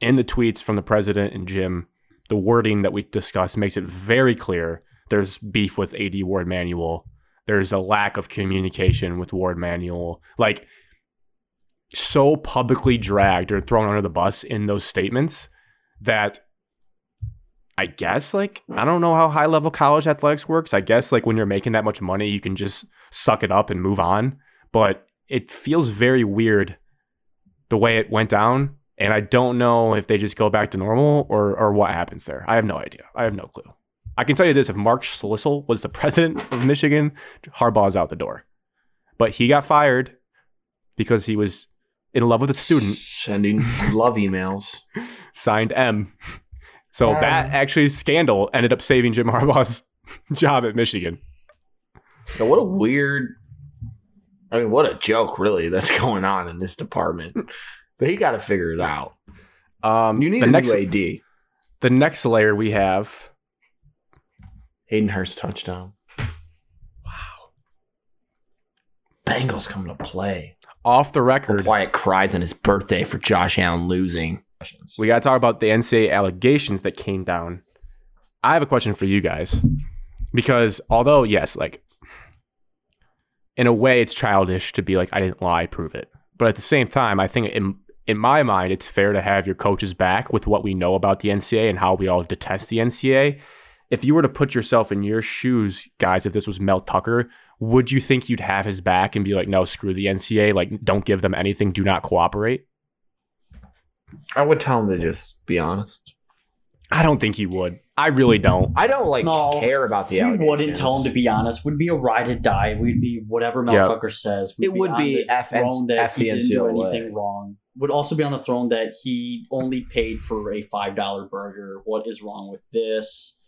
S1: in the tweets from the president and Jim, the wording that we discussed makes it very clear there's beef with AD Ward Manual. There's a lack of communication with Ward Manual. Like, so publicly dragged or thrown under the bus in those statements that I guess, like, I don't know how high level college athletics works. I guess, like, when you're making that much money, you can just suck it up and move on. But it feels very weird the way it went down. And I don't know if they just go back to normal or, or what happens there. I have no idea. I have no clue. I can tell you this if Mark Schlissel was the president of Michigan, Harbaugh's out the door. But he got fired because he was in love with a student
S3: sending love emails.
S1: signed M. So
S3: Um.
S1: that actually scandal ended up saving Jim Harbaugh's job at Michigan.
S3: Now, what a weird. I mean, what a joke, really, that's going on in this department. They got to figure it out.
S1: Um,
S3: You need
S1: the
S3: a
S1: next
S3: new AD.
S1: the next layer we have.
S3: Hayden Hurst touchdown. Wow. Bengals coming to play.
S1: Off the record,
S3: Wyatt cries on his birthday for Josh Allen losing.
S1: we got to talk about the NCAA allegations that came down. I have a question for you guys because although yes, like in a way it's childish to be like I didn't lie, prove it. But at the same time, I think in in my mind it's fair to have your coaches back with what we know about the NCAA and how we all detest the NCAA. If you were to put yourself in your shoes, guys, if this was Mel Tucker, would you think you'd have his back and be like, no, screw the NCAA, like don't give them anything, do not cooperate?
S3: I would tell him to just be honest.
S1: I don't think he would. I really don't.
S3: I don't like
S2: No,
S3: care about the.
S2: We wouldn't
S3: allegations.
S2: tell him to be honest. Would be a ride or die. We'd be whatever Mel
S1: Yeah.
S2: Tucker says. We'd
S3: It would
S2: on
S3: be
S2: the
S3: F- E
S2: throne that he didn't do
S3: FNCLA.
S2: anything wrong. Would also be on the throne that he only paid for a five dollar burger. What is wrong with this?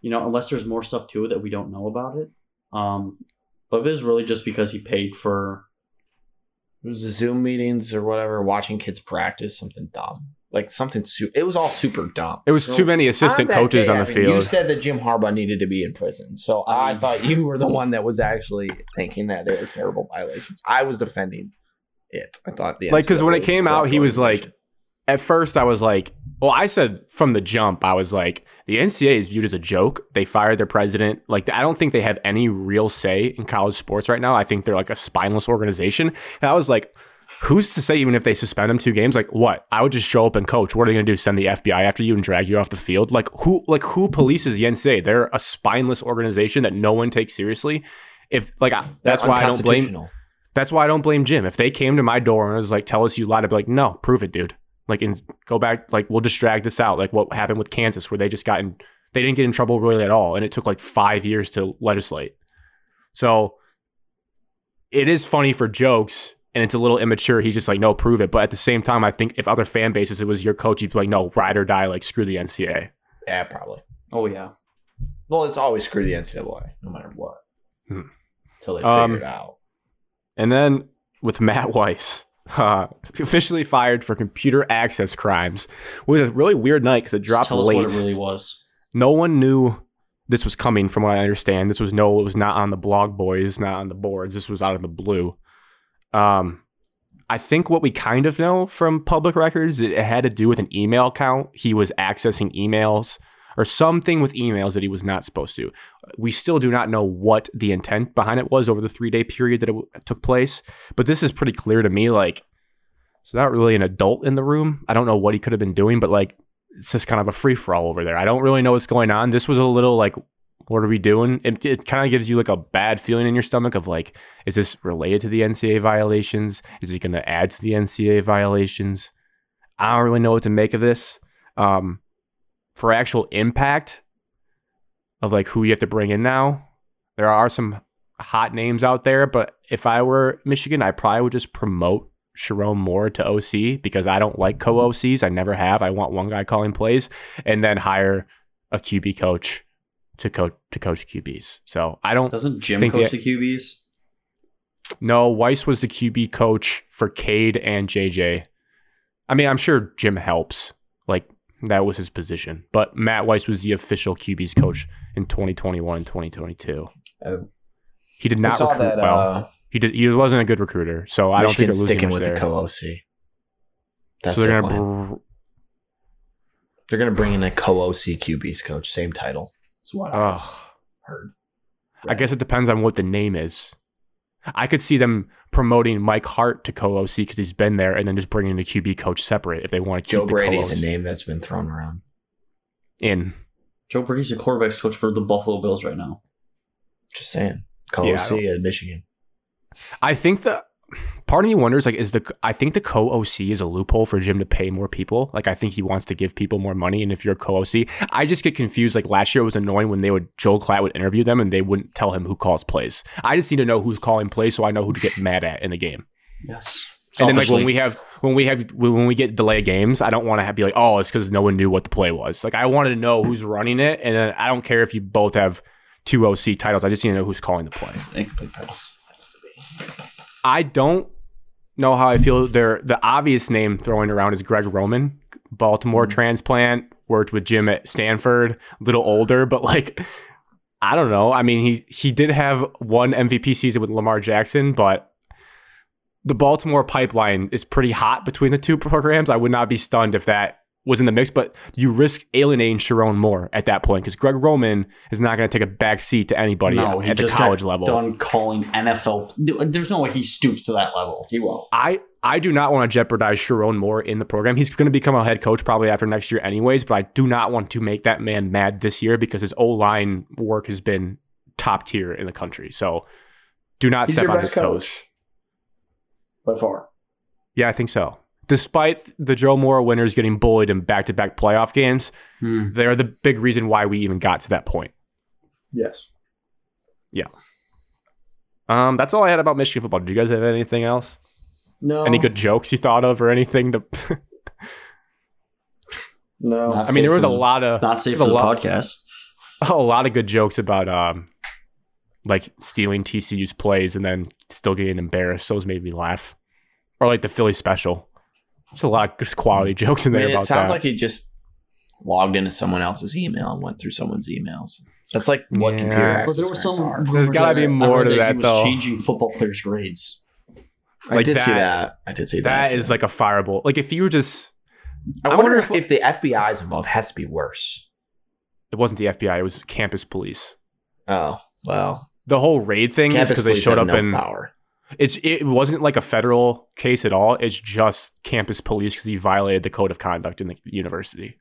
S2: You know, unless there's more stuff to it that we don't know about it. Um, but if it was really just because he paid for
S3: It was the Zoom meetings or whatever, watching kids practice something dumb, like something. Su- it was all super dumb.
S1: It was
S3: So,
S1: too many assistant
S3: that
S1: coaches
S3: day,
S1: on the
S3: Evan, You
S1: field.
S3: said that Jim Harbaugh needed to be in prison, so I
S2: Mm.
S3: thought you were the one that was actually thinking that there were terrible violations. I was defending it. I thought the
S1: like, because when it
S3: NCAA
S1: came out, he was like,
S3: corrupt
S1: at first, I was like, well, I said from the jump, I was like, the NCAA is viewed as a joke. They fired their president. Like, I don't think they have any real say in college sports right now. I think they're like a spineless organization. And I was like, who's to say even if they suspend him two games? Like, what? I would just show up and coach. What are they going to do? Send the FBI after you and drag you off the field? Like, who? Like, who polices the NCAA? They're a spineless organization that no one takes seriously. If like, I, that's why I don't blame.
S3: unconstitutional.
S1: That's why I don't blame Jim. If they came to my door and was like, "Tell us you lied," I'd be like, "No, prove it, dude. Like, and go back. Like, we'll just drag this out. Like, what happened with Kansas, where they just got in, they didn't get in trouble really at all, and it took like five years to legislate. So, it is funny for jokes, and it's a little immature. He's just like, "No, prove it." But at the same time, I think if other fan bases, it was your coach, he'd be like, "No, ride or die. Like, screw the NCAA."
S3: Yeah, probably.
S2: oh yeah.
S3: Well, it's always screw the NCAA, no matter what.
S1: Hmm.
S3: Until they figure
S1: Um,
S3: it out.
S1: And then with Matt Weiss, uh, officially fired for computer access crimes, was a really weird night because it
S2: Just
S1: dropped
S2: tell us
S1: late.
S2: what it really was.
S1: no one knew this was coming from what i understand this was no it was not on the blog boys not on the boards this was out of the blue um i think what we kind of know from public records it had to do with an email account he was accessing emails or something with emails that he was not supposed to we still do not know what the intent behind it was over the three day period that it w- took place but this is pretty clear to me like So not really an adult in the room. I don't know what he could have been doing, but like it's just kind of a free for all over there. I don't really know what's going on. This was a little like, what are we doing? It, it kind of gives you like a bad feeling in your stomach of like, is this related to the NCAA violations? Is it going to add to the NCAA violations? I don't really know what to make of this. Um, for actual impact of like who you have to bring in now, there are some hot names out there, but if I were Michigan, I probably would just promote Sharon Moore to OC because I don't like co OCs. I never have. I want one guy calling plays and then hire a QB coach to coach to coach QBs. So I don't
S2: Doesn't Jim
S1: Think
S2: coach
S1: the-
S2: the QBs?
S1: know. Weiss was the QB coach for Cade and JJ. I mean, I'm sure Jim helps. Like that was his position, but Matt Weiss was the official QB's coach in 2021 and 2022.
S2: Oh.
S1: He did
S4: I
S1: not
S4: saw
S1: recruit
S4: that
S1: well.
S4: uh,
S1: He did. He wasn't a good recruiter, so I don't think
S3: Michigan's
S1: they're losing
S3: sticking
S1: much
S3: with
S1: there.
S3: the co OC. That's
S1: so they're
S3: their
S1: gonna.
S3: plan.
S1: Br-
S3: they're gonna bring in a co OC QB's coach, same title.
S2: That's what I
S1: ugh.
S2: heard.
S1: I guess it depends on what the name is. I could see them promoting Mike Hart to co OC because he's been there, and then just bringing the QB coach separate if they want to keep
S3: Joe
S1: the
S3: Brady is
S1: co-OC
S3: a name that's been thrown around.
S1: in.
S2: Joe Brady's the quarterbacks coach for the Buffalo Bills right now.
S3: Just saying, co
S1: Yeah, I
S3: OC at Michigan.
S1: I think the part of me wonders like is the I think the co OC is a loophole for Jim to pay more people. Like I think he wants to give people more money, and if you're a co OC, I just get confused. Like last year it was annoying when they would Joel Klatt would interview them and they wouldn't tell him who calls plays. I just need to know who's calling plays so I know who to get mad at in the game.
S2: Yes.
S1: And then like when
S3: Selfishly.
S1: we have when we have when when we get delay games, I don't want to have be like, oh, it's because no one knew what the play was. Like I wanted to know who's running it, and then I don't care if you both have two OC titles. I just need to know who's calling the play.
S2: Incomplete pass.
S1: I don't know how I feel. There, the obvious name throwing around is Greg Roman, Baltimore
S2: Mm-hmm.
S1: transplant, worked with Jim at Stanford, little older, but like, I don't know. I mean, he he did have one MVP season with Lamar Jackson, but the Baltimore pipeline is pretty hot between the two programs. I would not be stunned if that was in the mix, but you risk alienating Sharon Moore at that point because Greg Roman is not going to take a back seat to anybody
S2: No,
S1: at,
S2: he
S1: at the
S2: just
S1: college
S2: got
S1: level.
S2: Done calling NFL. There's no way he stoops to that level. He won't.
S1: I I do not want to jeopardize Sharon Moore in the program. He's going to become a head coach probably after next year, anyways. But I do not want to make that man mad this year because his O line work has been top tier in the country. So do not step on his toes.
S2: By far.
S1: Yeah, I think so. Despite the Joe Moore winners getting bullied in back to back playoff games,
S2: Hmm.
S1: they're the big reason why we even got to that point.
S2: Yes.
S1: Um, that's all I had about Michigan football. Did you guys have anything else?
S4: no,
S2: Um,
S1: Any good jokes you thought of or anything? To
S4: No,
S2: Not
S1: I mean,
S2: safe
S1: there was
S2: for
S1: a
S2: the-
S1: lot of
S2: Not safe
S1: There's a
S2: for the
S1: lot-
S2: podcast.
S1: a lot of good jokes about um like stealing TCU's plays and then still getting embarrassed. Those made me laugh. Or like the Philly special. There's a lot of just quality jokes in
S3: I
S1: there
S3: mean,
S1: about
S3: it sounds
S1: that.
S3: like he just logged into someone else's email and went through someone's emails. That's like what
S1: Yeah.
S3: computer
S1: But
S2: But
S3: access
S2: there was
S3: parents
S2: some.
S3: are.
S1: There's
S2: rumors
S1: gotta be
S2: I- I
S1: more
S2: heard
S1: to that,
S2: he was
S1: though.
S2: Changing football players' grades.
S3: I
S1: like
S3: did see
S1: that-
S3: that. I did see that.
S1: that is like a fireable. Like if you were just
S3: I,
S1: I wonder
S3: wonder, if, if the FBI is involved, it has to be worse.
S1: it wasn't the FBI, it was campus police.
S3: Oh well,
S1: The whole raid thing is
S3: campus
S1: because Mm, they
S3: police
S1: showed
S3: have
S1: up
S3: no
S1: in
S3: power.
S1: it's it wasn't like a federal case at all. It's just campus police because he violated the code of conduct in the university.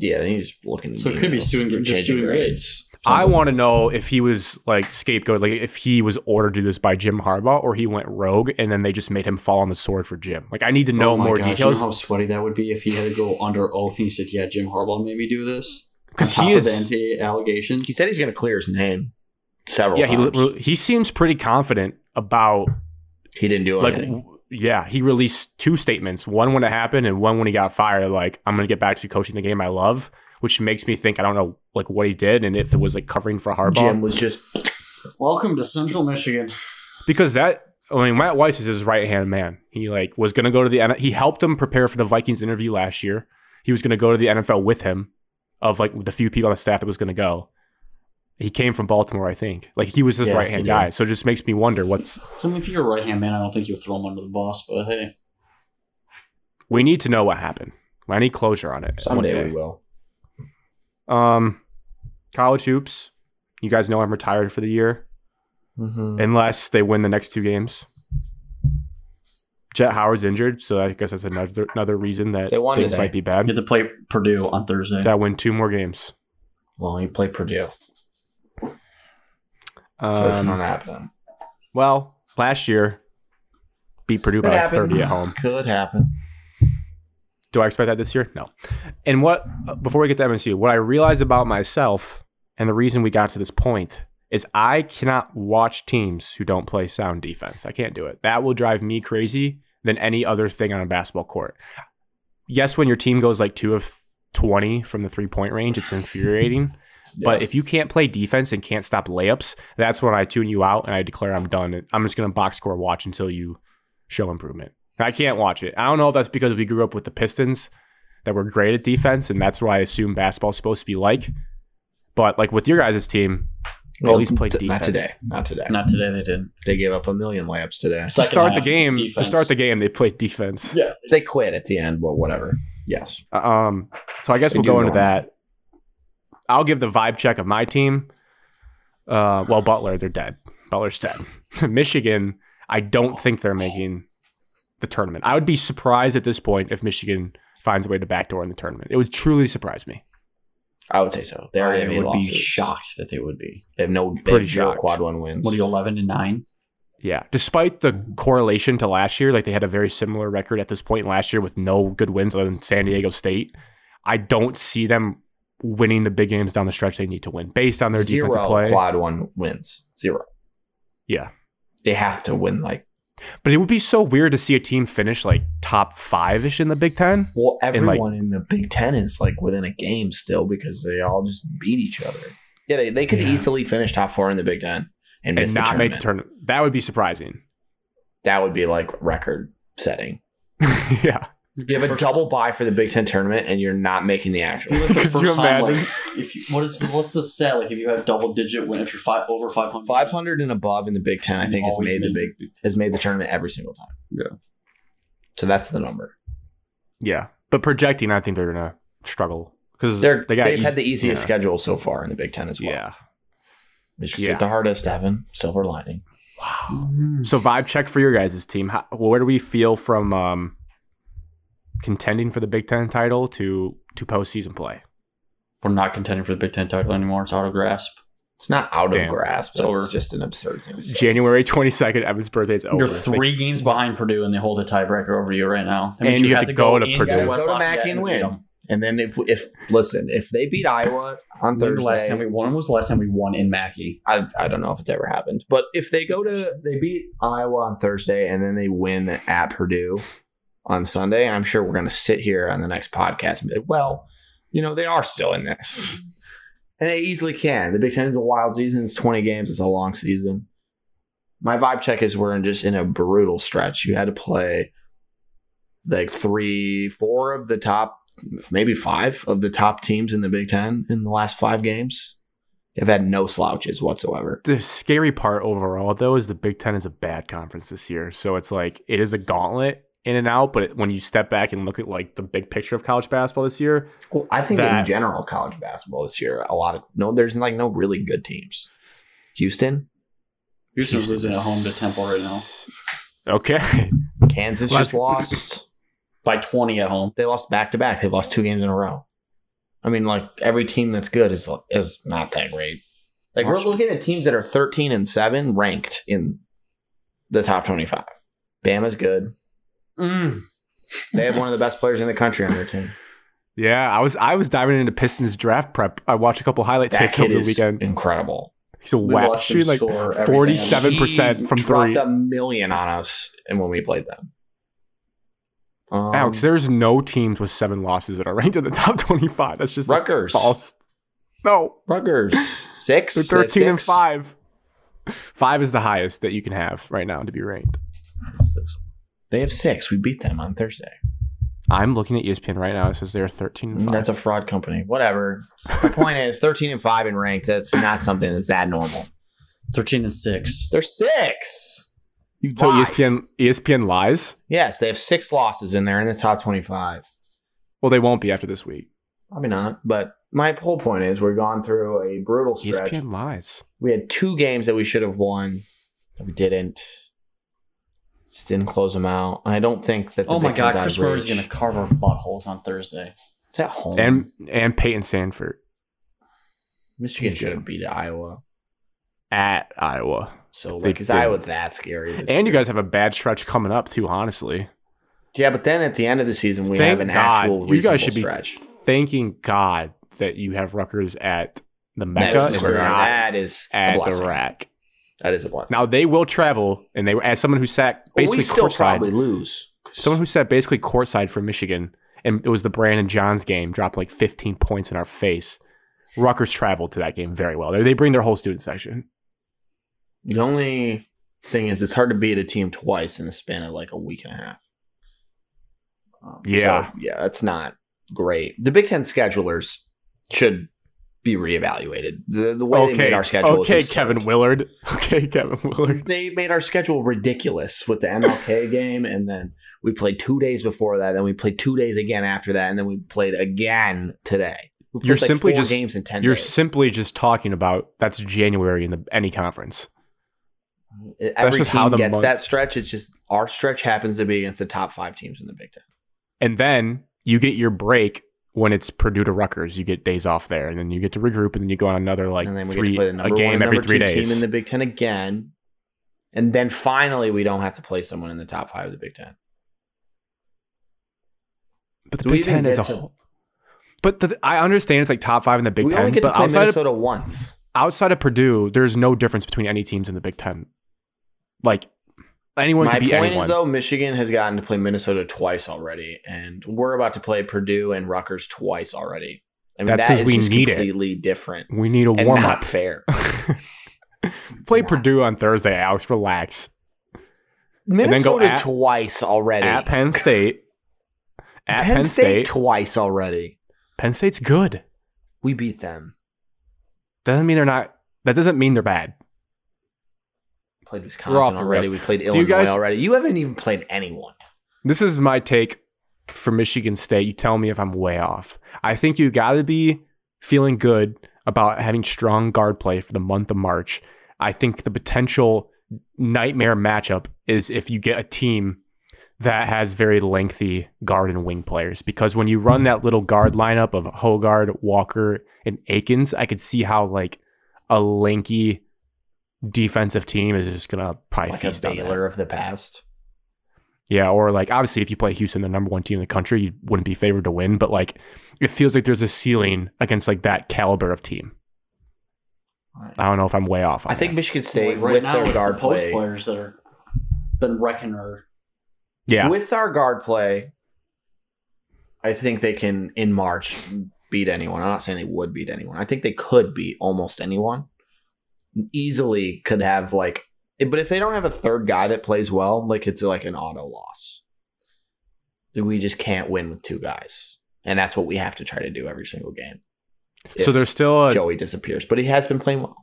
S3: Yeah, he's just looking. at
S2: So it could be
S3: emails,
S2: student- just
S3: changing
S2: student
S1: I
S3: Something.
S1: want to know if he was like scapegoat, like if he was ordered to do this by Jim Harbaugh or he went rogue and then they just made him fall on the sword for Jim. Like I need to know
S2: Oh my
S1: more
S2: gosh,
S1: details
S2: You know how sweaty that would be if he had to go under oath and he said, "Yeah, Jim Harbaugh made me do this."
S1: because
S2: On
S1: he
S2: top of
S1: is.
S2: the NCAA allegations.
S3: He said he's going to clear his name several
S1: yeah, he
S3: times.
S1: li- he seems pretty confident about
S3: He, didn't do
S1: like
S3: anything.
S1: w- yeah. He released two statements: one when it happened and one when he got fired. Like I'm gonna get back to coaching the game I love, which makes me think I don't know like what he did and if it was like covering for Harbaugh.
S3: Jim was just
S2: Welcome to Central Michigan.
S1: because that I mean Matt Weiss is his right hand man. He like was going to go to the N- he helped him prepare for the Vikings interview last year. He was going to go to the NFL with him of like the few people on the staff that was going to go. He came from Baltimore, I think. Like he was his
S3: Yeah,
S1: right hand
S3: he did.
S1: guy. So it just makes me wonder what's
S2: So I mean, if you're a right hand man, I don't think you'll throw him under the bus. But hey,
S1: we need to know what happened. I need closure on it. one
S4: someday
S1: day.
S4: we will.
S1: Um college hoops. You guys know I'm retired for the year
S3: Mhm.
S1: unless they win the next two games. Jet Howard's injured, so I guess that's another another reason that
S3: They won
S1: things
S3: today.
S1: might be
S2: You
S1: bad.
S2: have to play Purdue on Thursday.
S1: That win two more games.
S3: Well, you play Purdue. So it's not
S1: Um,
S3: happening.
S1: well, last year beat Purdue by
S3: Could
S1: like
S3: happen.
S1: thirty at home.
S3: Could happen.
S1: Do I expect that this year? No. And what before we get to MSU, what I realized about myself and the reason we got to this point is I cannot watch teams who don't play sound defense. I can't do it. That will drive me crazy than any other thing on a basketball court. Yes, when your team goes like 2 of 20 from the three-point range, it's infuriating. But if you can't play defense and can't stop layups, that's when I tune you out and I declare I'm done. I'm just going to box score watch until you show improvement. I can't watch it. I don't know if that's because we grew up with the Pistons that were great at defense, and that's what I assume basketball's supposed to be like. But like with your guys' team, they at least play
S3: t-
S1: defense.
S3: Not today. Not today.
S2: Not today. They didn't.
S3: They gave up a million layups today.
S1: To
S2: Second
S1: start the
S2: half,
S1: game, to
S2: defense.
S1: start the game, they played defense.
S2: Yeah.
S3: They quit at the end, but whatever. Yes.
S1: Um, so I guess
S3: They
S1: we'll
S3: do
S1: go into
S3: normally.
S1: that. I'll give the vibe check of my team. Uh, well, Butler, they're dead. Butler's dead. Michigan, I don't think they're making the tournament. I would be surprised at this point if Michigan finds a way to backdoor in the tournament. It would truly surprise me.
S3: I would say so. They already
S2: I
S3: have eight
S2: would be
S3: losses.
S2: shocked that they would be.
S3: They have no they
S1: Pretty
S3: have zero
S1: shocked.
S3: quad one wins.
S2: What are you, 11 and 9?
S1: Yeah. Despite the correlation to last year, like they had a very similar record at this point last year with no good wins other than San Diego State. I don't see them winning the big games down the stretch they need to win based on their
S3: Zero
S1: defensive play.
S3: quad one wins. Zero.
S1: Yeah.
S3: They have to win like
S1: But it would be so weird to see a team finish like top five ish in the Big Ten.
S3: well
S1: And, like-
S3: everyone in the Big Ten is like within a game still because they all just beat each other. Yeah, they, they could
S1: Yeah.
S3: easily finish top four in the Big Ten and, miss
S1: And
S3: the
S1: not
S3: tournament.
S1: make the tournament. That would be surprising.
S3: that would be like record setting.
S1: yeah.
S3: You have a double buy for the Big Ten tournament and you're not making the actual.
S2: Like the
S1: Could
S2: first
S1: you
S2: time,
S1: imagine?
S2: like, if you, what is the, what's the stat? Like if you have double digit win, if you're five, over 500.
S3: Five hundred and above in the Big Ten, I
S2: You
S3: think, has
S2: always
S3: made the
S2: make
S3: big has made the tournament every single time.
S2: Yeah.
S3: So that's the number.
S1: Yeah. But projecting, I think they're going to struggle because
S3: They're
S1: they
S3: they
S1: got
S3: have
S1: eas-
S3: had the easiest
S1: yeah.
S3: schedule so far in the Big Ten as well.
S1: Yeah.
S3: It's just
S1: Yeah.
S3: like the hardest, Evan. Silver lining.
S1: Wow.
S2: Mhm.
S1: So vibe check for your guys' team. How, where do we feel from um, contending for the Big Ten title to to postseason play?
S2: We're not contending for the Big Ten title anymore. It's out of grasp.
S3: It's not out
S1: Damn.
S3: of grasp.
S2: It's
S3: That's
S2: over.
S3: just an absurd thing to say.
S1: January twenty second, Evan's birthday is over.
S2: You're three games behind Purdue, and they hold a tiebreaker over you right now. That
S1: And
S2: means
S1: you have to go to
S2: in,
S1: Purdue.
S2: to West
S3: Go to
S2: Lafayette,
S3: Mackey and
S2: beat
S3: win.
S2: them.
S3: And then if if listen, if they beat Iowa
S2: When
S3: on
S2: was
S3: Thursday,
S2: the last time we won? When was the last time we won in Mackey?
S3: I, I don't know if it's ever happened, but if they go to they beat Iowa on Thursday and then they win at Purdue on Sunday, I'm sure we're going to sit here on the next podcast and be like, well, you know, they are still in this. And they easily can. The Big Ten is a wild season. It's 20 games. It's a long season. My vibe check is we're in just in a brutal stretch. You had to play like three, four of the top, maybe five of the top teams in the Big Ten in the last five games. They've had no slouches whatsoever.
S1: The scary part overall, though, is the Big Ten is a bad conference this year. So it's like it is a gauntlet in and out. But it, when you step back and look at like the big picture of college basketball this year,
S3: Well, I think
S1: that-
S3: in general, college basketball this year, a lot of no, there's like no really good teams. Houston,
S2: Houston's losing at home to Temple right now
S1: okay,
S3: Kansas
S1: Well,
S3: just lost.
S2: by 20 at home.
S3: They lost back to back. They lost two games in a row. I mean, like every team that's good is is not that great. Like we're looking at teams that are 13 and seven ranked in the top 25. Bama's good.
S1: Mm.
S3: They have one of the best players in the country on their team.
S1: yeah, I was I was diving into Pistons draft prep. I watched a couple highlight
S3: That
S1: tapes
S3: kid
S1: over the
S3: is
S1: weekend.
S3: incredible.
S1: He's a whack shooting like
S2: forty-seven.
S1: 47%
S3: He
S1: from
S3: dropped
S1: three.
S3: a million on us, and when we played them, um,
S1: Alex, there's no teams with seven losses that are ranked in the top 25. That's just a
S3: Rutgers.
S1: false. No,
S3: Rutgers six.
S1: they're 13 and
S3: six.
S1: five. Five is the highest that you can have right now to be ranked.
S3: They have six. We beat them on Thursday.
S1: I'm looking at E ESPN right now. It says they're 13 and five.
S3: That's a fraud company. Whatever. The point is, thirteen and five in ranked. That's not something that's that normal.
S2: 13 and 6.
S3: They're six. You
S1: so E ESPN ESPN lies.
S3: Yes, they have six losses in there in the top twenty-five.
S1: Well, they won't be after this week.
S3: Probably not. But my whole point is, we're gone through a brutal stretch.
S1: ESPN lies.
S3: We had two games that we should have won that we didn't. Just didn't close them out. I don't think that. The
S2: oh my
S3: Big
S2: God,
S3: Ten's out of
S2: Chris Murray's
S3: reach.
S2: gonna carve our buttholes on Thursday.
S3: It's at home.
S1: and and Peyton Sanford
S3: Michigan should have beat Iowa.
S1: at Iowa.
S3: So
S1: They
S3: like, is Iowa
S1: didn't.
S3: that scary? this
S1: And you
S3: year?
S1: guys have a bad stretch coming up too. Honestly,
S3: yeah, but then at the end of the season, we
S1: thank
S3: have an actual.
S1: God you guys should be
S3: stretch.
S1: thanking God that you have Rutgers at the Mecca
S3: That's
S1: and
S3: where-
S1: not
S3: that is a
S1: at the
S3: blessing.
S1: rack.
S3: That is a blessing.
S1: Now they will travel, and they as someone who sat
S3: But
S1: basically
S3: we still
S1: courtside,
S3: probably lose.
S1: someone who sat basically courtside for Michigan, and it was the Brandon Johns game, dropped like 15 points in our face. Rutgers traveled to that game very well. They they bring their whole student section.
S3: The only thing is, it's hard to beat a team twice in the span of like a week and a half. Um,
S1: Yeah.
S3: so, yeah, that's not great. The Big Ten schedulers should be reevaluated. The, the way they made our schedule.
S1: okay,
S3: is absurd.
S1: Kevin Willard. Okay, Kevin Willard.
S3: They made our schedule ridiculous with the MLK game, and then we played two days before that. Then we played two days again after that, and then we played again today. We played,
S1: You're simply
S3: four
S1: just-
S3: games in ten.
S1: You're
S3: days.
S1: simply just talking about that's January in the any conference.
S3: Every
S1: just
S3: team
S1: how the
S3: gets
S1: month-
S3: that stretch. It's just our stretch happens to be against the top five teams in the Big Ten.
S1: And then you get your break when it's Purdue to Rutgers. You get days off there, and then you get to regroup, and then you go on another like
S3: and then we
S1: three,
S3: get to play the
S1: a
S3: number
S1: game
S3: one, and
S1: every
S3: number
S1: three
S3: two
S1: days.
S3: team in the Big Ten again, and then finally we don't have to play someone in the top five of the Big Ten.
S1: but the
S3: Do we
S1: Big
S3: even
S1: Ten is
S3: get
S1: a
S3: to-
S1: whole. But the, I understand it's like top five in the Big
S3: we only
S1: Ten,
S3: get to
S1: but
S3: play
S1: outside of,
S3: Minnesota once.
S1: outside of Purdue, there's no difference between any teams in the Big Ten. Like anyone
S3: My
S1: could
S3: point
S1: be anyone.
S3: is though, Michigan has gotten to play Minnesota twice already, and we're about to play Purdue and Rutgers twice already. I mean,
S1: That's
S3: that
S1: 'cause
S3: is
S1: we
S3: just
S1: need it.
S3: completely different
S1: we need a
S3: and
S1: warm
S3: not
S1: up.
S3: fair.
S1: Play Purdue on Thursday, Alex. Relax. then go
S3: Minnesota
S1: at-
S3: twice already.
S1: At Penn State. At
S3: Penn,
S1: State.
S3: State twice already.
S1: Penn State's good.
S3: We beat them.
S1: Doesn't mean they're not. That doesn't mean they're bad. We're
S3: Played
S1: off
S3: Wisconsin
S1: the
S3: already. We played Illinois
S1: you guys-
S3: already. You haven't even played anyone.
S1: This is my take for Michigan State. You tell me if I'm way off. I think you got to be feeling good about having strong guard play for the month of March. I think the potential nightmare matchup is if you get a team that has very lengthy guard and wing players because when you run that little guard lineup of Hogard, Walker, and Akins, I could see how like a lanky defensive team is just gonna probably
S3: like a
S1: feast on that.
S3: Baylor of the past.
S1: Yeah, or like obviously, if you play Houston, the number one team in the country, you wouldn't be favored to win. But like, it feels like there's a ceiling against like that caliber of team. I don't know if I'm way off. on
S3: I think
S1: that.
S3: Michigan State
S2: Like, right
S3: with
S2: now,
S3: their
S2: it's
S3: guard
S2: the post
S3: play,
S2: players that are been wrecking our.
S1: Yeah,
S3: with our guard play, I think they can in March beat anyone. I'm not saying they would beat anyone. I think they could beat almost anyone. Easily could have like, but if they don't have a third guy that plays well, like it's like an auto loss. We just can't win with two guys, and that's what we have to try to do every single game.
S1: so
S3: If
S1: there's still a
S3: Joey disappears, but he has been playing well.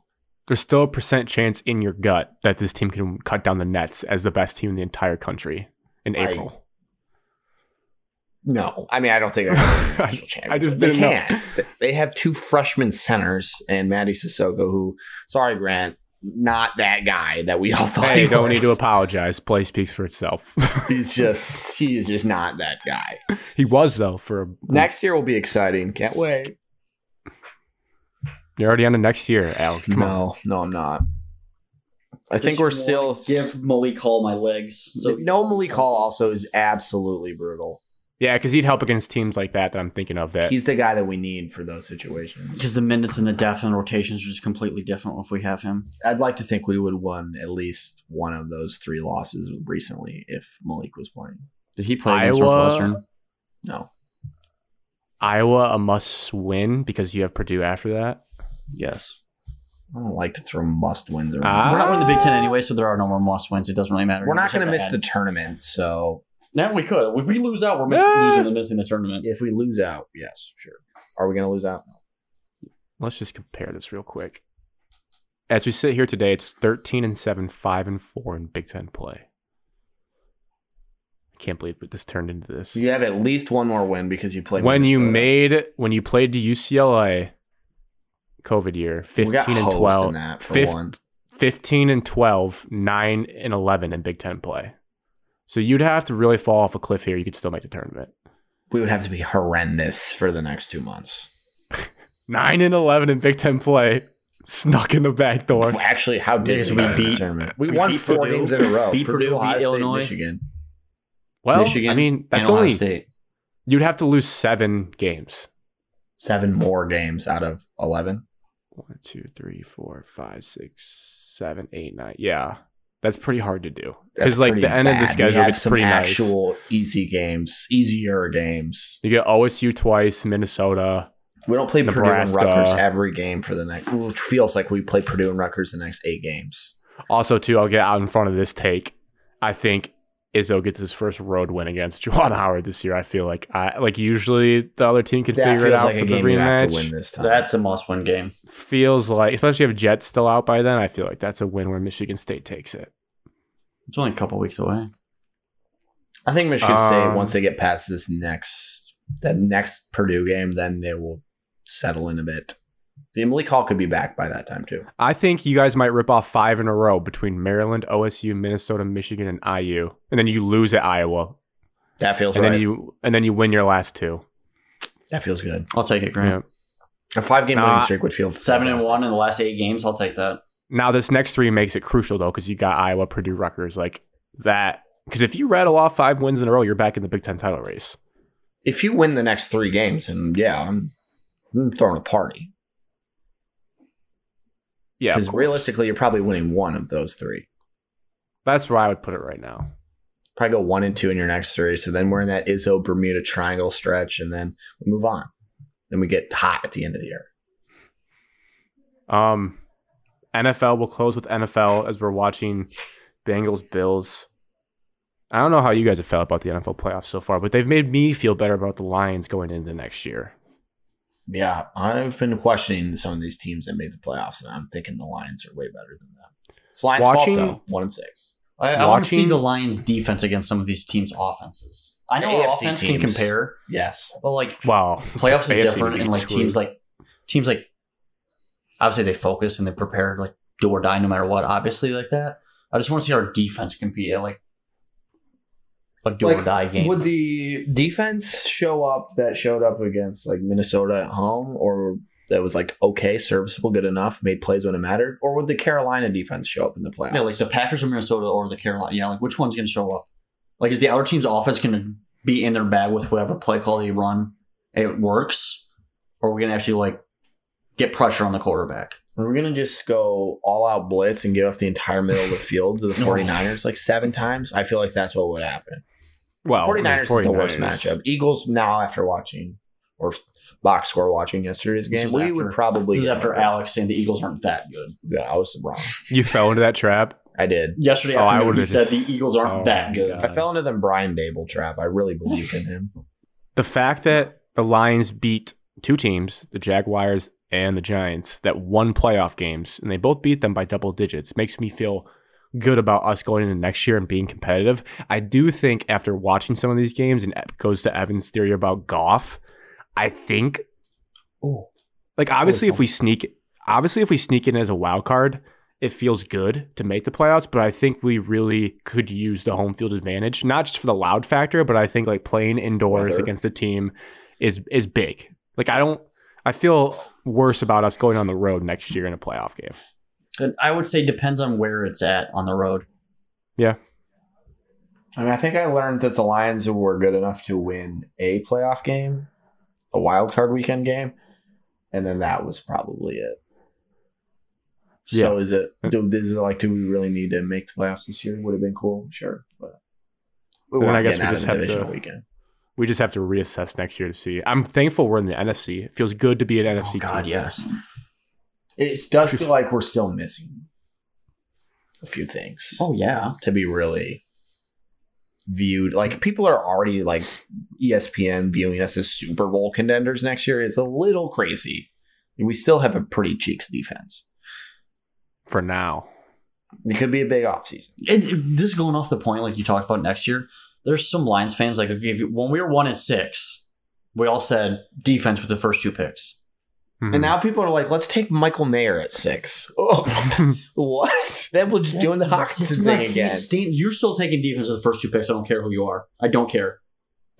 S1: there's still a percent chance in your gut that this team can cut down the Nets as the best team in the entire country in
S3: I-
S1: April.
S3: No, I mean I don't think they're going to win the
S1: I-
S3: national championship.
S1: I just
S3: they
S1: didn't know.
S3: can't. They have two freshman centers and Maddie Sissoko, who, sorry Grant, not that guy that we all thought.
S1: Hey,
S3: he
S1: don't
S3: was.
S1: need to apologize. Play speaks for itself.
S3: He's just he is just not that guy.
S1: he was though for a,
S3: Next year will be exciting. Can't wait.
S1: You're already on to next year, Al. Come on.
S3: No, no, I'm not. I think
S2: Just
S3: we're
S2: wanna
S3: still
S2: give Malik Hall my legs. So
S3: so no Malik Hall also is absolutely brutal.
S1: Yeah, because he'd help against teams like that that I'm thinking of. That
S3: He's the guy that we need for those situations.
S2: because the minutes and the depth and rotations are just completely different if we have him.
S3: I'd like to think we would have won at least one of those three losses recently if Malik was playing.
S2: Did he play against
S1: Iowa-
S2: Northwestern?
S3: No.
S1: Iowa a must win because you have Purdue after that.
S2: Yes.
S3: I don't like to throw must wins around.
S1: Ah.
S2: We're not winning the Big Ten anyway, so there are no more must wins. It doesn't really matter.
S3: We're
S2: We
S3: not
S2: just
S3: going
S2: have
S3: to miss
S2: add-
S3: the tournament, so
S2: Now we could. If we lose out, we're missing,
S1: Ah.
S2: losing and missing the tournament.
S3: if we lose out, yes, sure. Are we going to lose out?
S1: Let's just compare this real quick. As we sit here today, it's 13 and 7, 5 and 4 in Big Ten play. I can't believe that this turned into this.
S3: You have at least one more win because you played
S1: when you
S3: Minnesota.
S1: made when you played to UCLA COVID year,
S3: We
S1: 15
S3: got
S1: and
S3: hosed
S1: 12,
S3: in that for
S1: Fif-
S3: one.
S1: 15 and 12, 9 and 11 in Big Ten play. So you'd have to really fall off a cliff here. You could still make the tournament.
S4: We would have to be horrendous for the next two months.
S1: Nine and eleven in Big Ten play, snuck in the back door.
S4: Actually, how did
S2: Because
S4: we,
S2: we
S4: beat
S2: beat-
S4: the tournament? We,
S2: we
S4: won
S2: beat
S4: four
S2: Purdue,
S4: games in a row.
S2: beat Purdue, beat
S4: Ohio State,
S2: Illinois.
S4: Michigan.
S1: Well,
S2: Michigan
S1: I mean, that's
S2: and Ohio
S1: only
S2: State.
S1: you'd have to lose seven games.
S4: Seven more games out of eleven.
S1: One, two, three, four, five, six, seven, eight, nine. Yeah, that's pretty hard to do because
S4: That's
S1: like
S4: pretty
S1: the end of
S4: bad.
S1: the
S4: We
S1: schedule
S4: have
S1: gets
S4: some
S1: pretty nice.
S4: actual easy games, easier games.
S1: You get OSU twice, Minnesota.
S4: We don't play
S1: Nebraska.
S4: Purdue and Rutgers every game for the next. It feels like we play Purdue and Rutgers the next eight games.
S1: Also, too, I'll get out in front of this take. I think Izzo gets his first road win against Juwan Howard this year. I feel like I like usually the other team can
S4: That
S1: figure
S4: feels
S1: it out
S4: like
S1: for the
S4: a game you have to win
S1: rematch.
S4: this time.
S2: That's a must-win game.
S1: Feels like, especially if Jets still out by then, I feel like that's a win where Michigan State takes it.
S2: It's only a couple weeks away.
S4: I think Michigan State
S1: Um,
S4: once they get past this next that next Purdue game, then they will settle in a bit. The Malik Hall could be back by that time too.
S1: I think you guys might rip off five in a row between Maryland, OSU, Minnesota, Michigan, and IU, and then you lose at Iowa,
S4: That feels
S1: and
S4: right.
S1: then you and then you win your last two.
S4: that feels good.
S2: I'll take it, Grant.
S1: Yeah.
S4: A five game
S1: Nah.
S4: winning streak would feel
S2: Seven and
S4: fantastic.
S2: one in the last eight games. I'll take that.
S1: Now this next three makes it crucial though, because you got Iowa, Purdue, Rutgers, like that. Because if you rattle off five wins in a row, you're back in the Big Ten title race.
S4: If you win the next three games, and yeah, I'm, I'm throwing a party
S1: Yeah, of
S4: because
S1: course.
S4: realistically, you're probably winning one of those three.
S1: that's where I would put it right now.
S4: Probably go one and two in your next three. So then we're in that Izzo Bermuda Triangle stretch, and then we move on. Then we get hot at the end of the year.
S1: Um, NFL. We'll close with NFL as we're watching Bengals Bills. I don't know how you guys have felt about the NFL playoffs so far, but they've made me feel better about the Lions going into next year.
S4: Yeah, I've been questioning some of these teams that made the playoffs, and I'm thinking the Lions are way better than them. It's Lions'
S1: Watching-
S4: fault though. One and six.
S2: I, I want to see
S1: Watching-
S2: the Lions' defense against some of these teams' offenses. I know our
S4: AFC
S2: offense
S4: teams.
S2: can compare,
S4: Yes.
S2: but like
S1: Wow,
S2: playoffs
S1: AFC
S2: is different,
S1: would
S2: and
S1: be
S2: like teams
S1: screwed.
S2: like teams like obviously they focus and they prepare like do or die no matter what. Obviously, like that. I just want to see our defense compete at like a do or
S4: Like,
S2: die game.
S4: Would the defense show up that showed up against like Minnesota at home, or that was like okay, serviceable, good enough, made plays when it mattered, or would the Carolina defense show up in the playoffs?
S2: yeah, like the Packers or Minnesota or the Carolina. Yeah, like which one's going to show up? Like, is the other team's offense going to be in their bag with whatever play call they run? It works, or are we going to actually like get pressure on the quarterback?
S4: We're gonna just go all out blitz and give up the entire middle of the field to the
S2: No.
S4: 49ers like seven times. I feel like that's what would happen.
S2: Oh,
S1: Well, I mean,
S4: 49ers, is the worst
S1: 49ers.
S4: matchup. Eagles now after watching or box score watching yesterday's
S2: This
S4: game,
S2: was
S4: we
S2: after-
S4: would probably
S2: This is
S4: get
S2: after
S4: them.
S2: Alex saying the Eagles aren't that good.
S4: Yeah, I was wrong.
S1: You fell into that trap.
S4: I did.
S2: Yesterday
S1: Oh, I
S2: afternoon, he
S1: would've
S2: said
S1: just-
S2: the Eagles aren't
S1: Oh
S2: that
S1: my
S2: good.
S1: God.
S4: I fell into the Brian Dable trap. I really believed in him.
S1: The fact that the Lions beat two teams, the Jaguars and the Giants, that won playoff games, and they both beat them by double digits, makes me feel good about us going into next year and being competitive. I do think after watching some of these games, and it goes to Evan's theory about Goff, I think
S4: Ooh.
S1: like obviously if we sneak obviously if we sneak in as a wild card, it feels good to make the playoffs, but I think we really could use the home field advantage, not just for the loud factor, but I think like playing indoors
S4: Weather.
S1: against a team is is big. Like I don't I feel worse about us going on the road next year in a playoff game.
S2: And I would say depends on where it's at on the road.
S4: I mean, I think I learned that the Lions were good enough to win a playoff game, a wild card weekend game, and then that was probably it. So is it do, is it like do we really need to make the playoffs this year? Would have been cool, sure, but we
S1: Then I
S4: weren't
S1: guess
S4: getting
S1: we
S4: out of
S1: just
S4: the
S1: have
S4: divisional
S1: to-
S4: weekend.
S1: We just have to reassess next year to see. I'm thankful we're in the NFC. It feels good to be an NFC
S2: Oh God,
S1: team.
S2: yes.
S4: It does feel like we're still missing a few things.
S2: Oh yeah.
S4: to be really viewed like people are already like E ESPN viewing us as Super Bowl contenders next year is a little crazy. We still have a pretty cheeks defense.
S1: For now.
S4: It could be a big offseason.
S2: It, it- this is going off the point like you talked about next year. There's some Lions fans like okay, if you, when we were one and six, we all said defense with the first two picks.
S1: Mhm.
S4: And now people are like, let's take Michael Mayer at six.
S1: Mm-hmm.
S4: Oh, what? Then we're just doing the Hawkinson
S2: You're not-
S4: thing
S2: you
S4: again.
S2: can't stand- you're still taking defense with the first two picks. I don't care who you are. I don't care.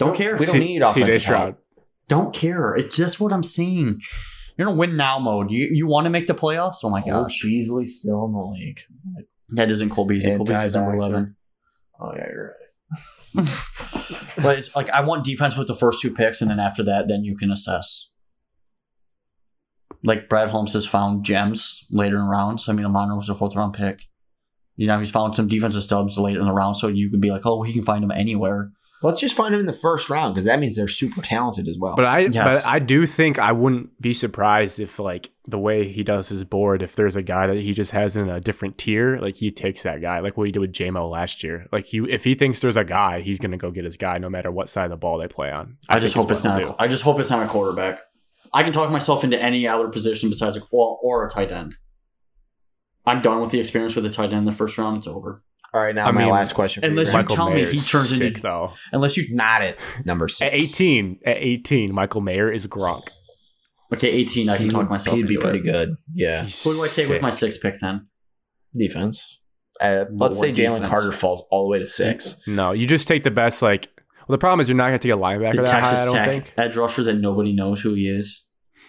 S2: Don't care.
S4: We don't
S1: C-
S4: need
S1: CJ
S4: offensive help.
S1: Stroud.
S2: Don't care. It's just what I'm saying. You're in a win now mode. You you want to make the playoffs? Oh my gosh.
S4: Beasley still in the league.
S2: That isn't Cole Beasley.
S4: And
S2: Cole Beasley's
S4: Ty
S2: number
S4: Baxter.
S2: 11.
S4: Oh yeah, you're right.
S2: But it's like I want defense with the first two picks, and then after that, then you can assess. Like Brad Holmes has found gems later in rounds. I mean, Amon was a fourth round pick. You know, he's found some defensive stubs later in the round, so you could be like, oh, he can find them anywhere.
S4: Let's just find him in the first round because that means they're super talented as well.
S1: But I
S2: Yes.
S1: but I do think I wouldn't be surprised if like the way he does his board, if there's a guy that he just has in a different tier, like he takes that guy, like what he did with JMO last year. Like he if he thinks there's a guy, he's gonna go get his guy no matter what side of the ball they play on.
S2: I, just
S1: think
S2: hope
S1: is
S2: it's
S1: what
S2: not.
S1: he'll
S2: A, I just hope it's not a quarterback. I can talk myself into any other position besides a well, or a tight end. I'm done with the experience with a tight end in the first round. It's over.
S4: All right, now
S1: I
S4: my
S1: mean,
S4: last question. For
S2: unless
S4: you,
S1: do.
S2: you
S4: Greg.
S1: Michael
S2: tell me
S1: Mayer
S2: he
S1: is
S2: turns into-
S1: sick, though.
S2: Unless you
S4: not at number six.
S1: At eighteen, at eighteen, Michael Mayer is Gronk.
S2: okay, 18. I can
S4: He
S2: talk
S4: would-
S2: myself.
S4: He'd be
S2: into
S4: pretty
S2: it.
S4: good. Yeah,
S1: He's
S2: What do I take with
S1: sick.
S2: my sixth pick then?
S4: defense. Uh,
S2: What
S4: let's say Jalen
S2: defense?
S4: Carter falls all the way to six.
S1: No, you just take the best. Like, well, the problem is you're not going to take a linebacker
S2: The
S1: that high. I
S2: Texas
S1: don't
S2: Tech
S1: think
S2: edge rusher that nobody knows who he is.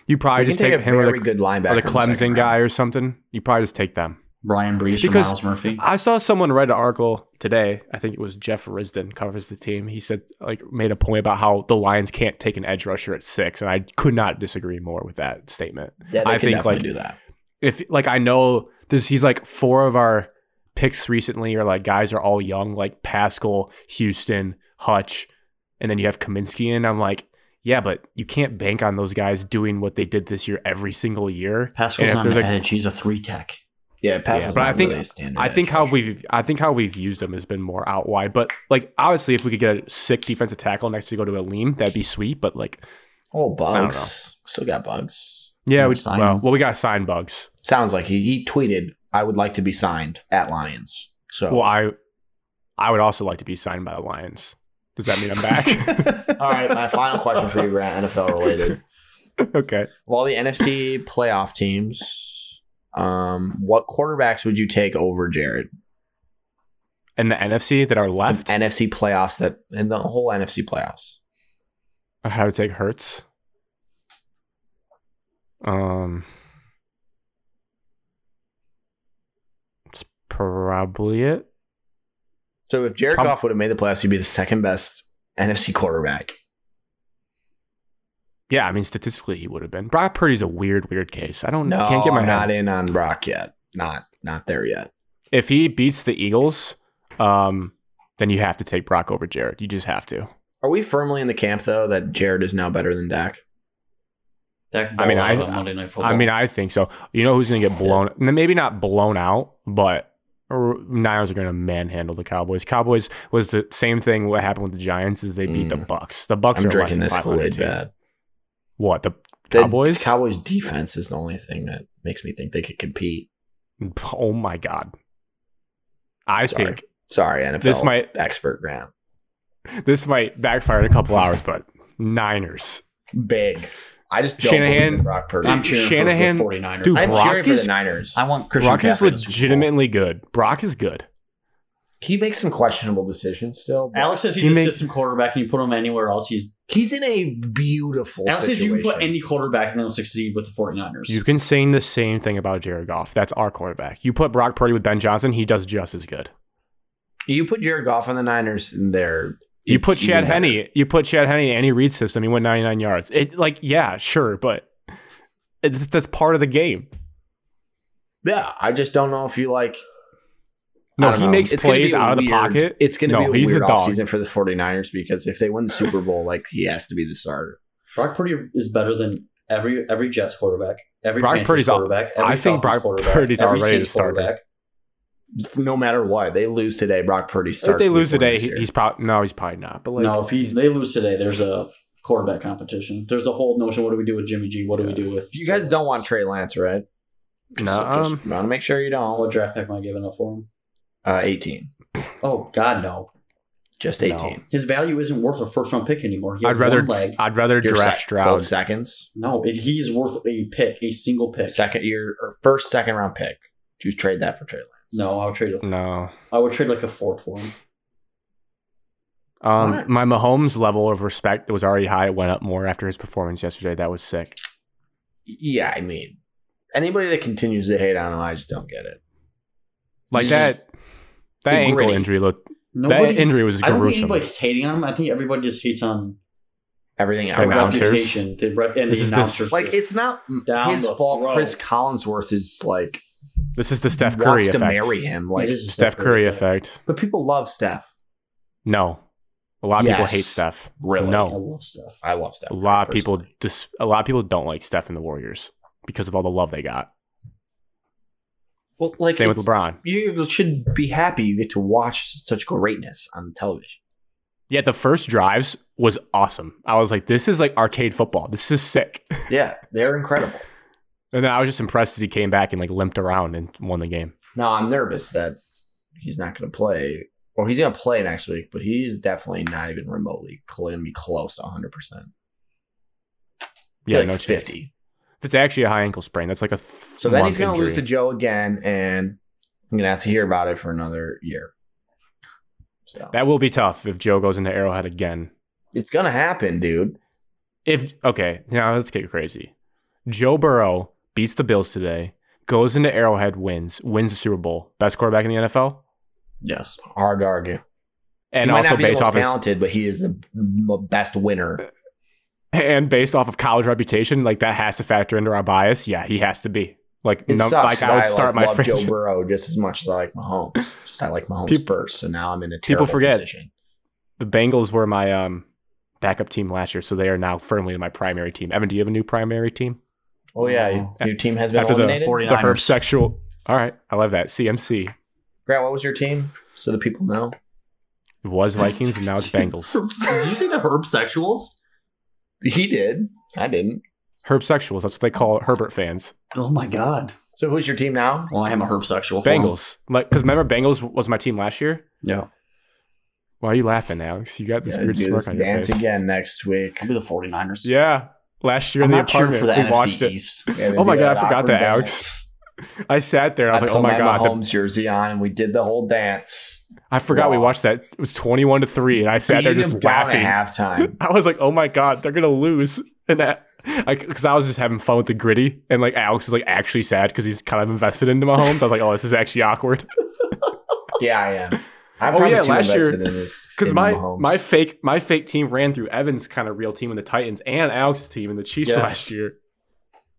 S1: you probably
S4: We
S1: just
S4: can
S1: take,
S4: take, a
S1: him or
S4: very
S1: the,
S4: good linebacker.
S1: or the
S4: in second
S1: Clemson
S4: round.
S1: guy or something. You probably just take them.
S2: Brian Brees or
S1: Because-
S2: Miles Murphy.
S1: I saw someone write an article today. I think it was Jeff Risden covers the team. He said like made a point about how the Lions can't take an edge rusher at six, and I could not disagree more with that statement. I
S4: Yeah, they I
S1: think,
S4: think definitely
S1: like-
S4: do that.
S1: If like I know there's he's like four of our picks recently are like guys are all young, like Pascal, Houston, Hutch, and then you have Kaminsky and I'm like, yeah, but you can't bank on those guys doing what they did this year every single year. and
S2: Pascal's
S1: if
S2: not an
S1: there's, like-
S2: edge. He's a three tech.
S4: Yeah, Pat
S1: Yeah,
S4: was
S1: but
S4: not
S1: I think-
S4: really a standard
S1: I think
S4: edge
S1: how
S4: rusher.
S1: we've I think how we've used them has been more out wide. But like obviously, if we could get a sick defensive tackle next to go to Aleem, that'd be sweet. But like,
S4: oh
S1: don't
S4: bugs still got bugs.
S1: yeah,
S2: We'll
S1: we,
S2: sign
S1: well,
S2: him.
S1: well, we got sign bugs.
S4: Sounds like he, he tweeted, "I would like to be signed at Lions." So
S1: Well, I I would also like to be signed by the Lions. Does that mean I'm back?
S4: all right, my final question for you, Grant, NFL related.
S1: okay,
S4: Of all the NFC playoff teams, um, what quarterbacks would you take over Jared?
S1: and the NFC that are left,
S4: NFC playoffs that and the whole NFC playoffs.
S1: I have to take Hertz. Um, that's probably it.
S4: So if Jared
S1: Prob-
S4: Goff would have made the playoffs, he'd be the second best NFC quarterback.
S1: Yeah, I mean statistically he would have been. Brock Purdy's a weird, weird case. I don't
S4: No,
S1: can't get my head.
S4: not in on Brock yet. Not not there yet.
S1: if he beats the Eagles, um, then you have to take Brock over Jared. You just have to.
S4: Are we firmly in the camp though that Jared is now better than Dak?
S2: That
S1: I mean,
S2: ball
S1: I-
S2: out on Monday Night Football.
S1: I mean, I think so. You know who's going to get blown? n- Maybe not blown out, but r- Niners are going to manhandle the Cowboys. Cowboys was the same thing. What happened with the Giants is they beat the
S4: Mm.
S1: Bucks. The Bucks
S4: I'm
S1: are
S4: drinking
S1: less than
S4: this Kool
S1: 500
S4: Aid
S1: team.
S4: bad.
S1: What the
S4: The
S1: Cowboys?
S4: Cowboys defense is the only thing that makes me think they could compete.
S1: oh my god! I
S4: Sorry.
S1: think
S4: Sorry, NFL
S1: This might-
S4: expert Grant.
S1: this might backfire in a couple hours, but Niners.
S4: Big. I just don't
S1: Shanahan-
S4: believe in Brock Purdy.
S2: I'm cheering
S1: Shanahan-
S2: for the 49ers.
S1: Dude,
S4: I'm
S1: Brock
S4: cheering for
S1: is-
S4: the Niners.
S2: I want Christian
S1: Brock is
S2: Packery to Super Bowl.
S1: legitimately good. Brock is good.
S4: He makes some questionable decisions still. but
S2: Alex says he's
S1: He
S2: a
S1: makes-
S2: system quarterback, and you put him anywhere else. He's
S4: he's in a beautiful
S2: Alex says you
S4: situation.
S2: can put any quarterback and they'll succeed with the 49ers.
S1: You can say the same thing about Jared Goff. That's our quarterback. You put Brock Purdy with Ben Johnson, he does just as good.
S4: you put Jared Goff on the Niners, and they're
S1: You put
S4: even
S1: Chad
S4: better.
S1: Henney, you put Chad Henney in any read system, he went 99 yards. It like yeah, sure, but it's, that's part of the game.
S4: Yeah, I just don't know if you like. I
S1: No,
S4: don't
S1: he
S4: know.
S1: makes
S4: It's gonna be
S1: plays
S4: a
S1: out of the
S4: weird-
S1: pocket.
S4: It's going to
S1: No,
S4: be a
S1: he's a
S4: weird
S1: dog.
S4: offseason for the 49ers because if they win the Super Bowl, like he has to be the starter.
S2: Brock Purdy is better than every every Jets quarterback, every
S1: Brock
S2: Brock Panthers
S1: Purdy's al-
S2: quarterback.
S1: I
S2: Every
S1: think
S2: Falcons
S1: Brock
S2: quarterback,
S1: Purdy's
S2: every
S1: already
S2: Saints
S1: the starter.
S2: quarterback.
S4: No matter what, they lose today. Brock Purdy
S1: If
S4: starts.
S1: they
S4: week
S1: lose
S4: one
S1: today,
S4: this
S1: he-
S4: year.
S1: he's probably no, he's probably not. But like
S2: no, if he, they lose today, there's a quarterback competition. There's the whole notion: what do we do with Jimmy G? What do we do with
S4: You guys don't want Trey Lance, right?
S1: no,
S4: So
S1: um,
S4: just want to make sure you don't.
S2: What draft pick am I giving up for him?
S4: Uh, 18.
S2: Oh God, no!
S3: Just 18.
S2: His value isn't worth a first round pick anymore. He has
S1: I'd rather
S2: one leg.
S1: I'd rather
S3: Your
S1: draft
S3: sec-
S1: Stroud.
S3: Both seconds.
S2: No, it, he is worth a pick, a single pick.
S3: Second year or first, second round pick. Choose trade that for Trey Lance.
S2: No, I would trade.
S1: No.
S2: I would trade like a fourth for him.
S1: Um,
S3: Alright.
S1: my Mahomes level of respect was already high. It went up more after his performance yesterday. That was sick.
S3: Yeah, I mean, anybody that continues to hate on him, I just don't get it.
S1: Like
S2: He's
S1: that. That
S3: Big
S1: ankle
S3: gritty.
S1: injury looked.
S2: Nobody.
S1: that injury was
S2: I don't think
S1: gruesome.
S2: anybody's hating on him. I think everybody just hates on
S3: Everything
S2: the
S1: Right.
S3: else.
S1: Announcers.
S2: reputation. The rep, and
S1: This
S2: the
S1: is this-
S2: announcers.
S3: Like,
S2: just-
S3: it's not
S2: Down
S3: his
S2: the
S3: fault.
S2: throat.
S3: Chris Collinsworth is like,
S1: This is the Steph
S3: wants
S1: Curry
S3: to
S1: effect.
S3: marry him. Like,
S2: it is a
S1: Steph Curry
S2: effect.
S1: effect.
S3: but people love Steph.
S1: No, a lot of people
S3: Yes.
S1: hate Steph.
S3: Really?
S1: No,
S2: I love stuff.
S3: I love Steph.
S1: a lot of
S3: Curry
S1: people
S3: personally.
S1: dis- a lot of people don't like Steph and the Warriors because of all the love they got.
S3: Well, like,
S1: Same with
S3: it's-
S1: LeBron.
S3: you should be happy you get to watch such greatness on television.
S1: Yeah, the first drives was awesome. I was like, this is like arcade football. This is sick.
S3: Yeah, they're incredible.
S1: And then I was just impressed that he came back and like limped around and won the game.
S3: Now I'm nervous that he's not going to play, or he's going to play next week, but he is definitely not even remotely going to be close to 100. percent
S1: Yeah,
S3: like
S1: no chance.
S3: 50.
S1: It's actually a high ankle sprain. That's like a th-
S3: So then
S1: month
S3: he's going to lose to
S1: injury.
S3: Joe again, and I'm going to have to hear about it for another year. So
S1: That will be tough if Joe goes into Arrowhead again.
S3: it's going to happen, dude.
S1: If okay, now let's get crazy. Joe Burrow beats the Bills today, goes into Arrowhead, wins, wins the Super Bowl, best quarterback in the NFL,
S2: Yes.
S3: Hard to argue.
S1: and
S3: he might
S1: also Uh,
S3: not be
S1: based
S3: the most
S1: off his
S3: talented, but he is the m- best winner.
S1: and based off of college reputation, like that has to factor into our bias. Yeah, he has to be. Like,
S3: It
S1: no,
S3: sucks
S1: like
S3: 'cause
S1: I would
S3: I
S1: start
S3: like,
S1: my
S3: love Joe
S1: friendship.
S3: Burrow just as much as I like Mahomes. Just I like Mahomes
S1: Peop-
S3: first, so now I'm in a
S1: people
S3: terrible
S1: forget.
S3: position.
S1: The Bengals were my um, backup team last year, so they are now firmly my primary team. Evan, do you have a new primary team
S3: Oh yeah,
S2: Oh.
S3: your team has been
S1: After the
S3: eliminated.
S2: 40
S1: The
S2: 49ers.
S1: herb sexual. All right, I love that. CMC
S3: Grant, what was your team? So the people know.
S1: it was Vikings and now it's Bengals.
S2: Did you say the herb sexuals?
S3: He did. I didn't.
S1: Herb sexuals. That's what they call Herbert fans.
S2: Oh my god.
S3: So who's your team now?
S2: Well, I am a herb sexual.
S1: Bengals. Like, because remember, Bengals was my team last year.
S2: Yeah.
S1: Why are you laughing, Alex? You got this
S3: Gotta
S1: weird
S3: do
S1: smirk
S3: this
S1: on your
S3: dance
S1: face.
S3: again next week.
S2: I'll be the 49ers.
S1: Yeah, last year
S2: I'm
S1: in the
S2: not cheering
S1: apartment,
S2: for the
S1: we
S2: NFC
S1: watched it.
S2: East.
S1: Oh my god, I forgot that, Alex. I sat there. I was like, oh my god, the
S3: Mahomes jersey on, and we did the whole dance.
S1: I forgot we watched
S3: Lost.
S1: that. It was 21 to 3, and I sat there
S3: Beat
S1: just
S3: him down
S1: laughing.
S3: at halftime.
S1: I was like, oh my God, they're going to lose. And that, because I was just having fun with the gritty. And like, Alex is like actually sad because he's kind of invested into Mahomes. I was like, oh, this is actually awkward.
S3: yeah, I am. I'm
S1: Oh,
S3: probably
S1: yeah,
S3: too
S1: last year-
S3: invested in this
S1: Because
S3: in
S1: my,
S3: Mahomes.
S1: my fake my fake team ran through Evan's kind of real team in the Titans and Alex's team in the Chiefs
S2: Yes.
S1: last year.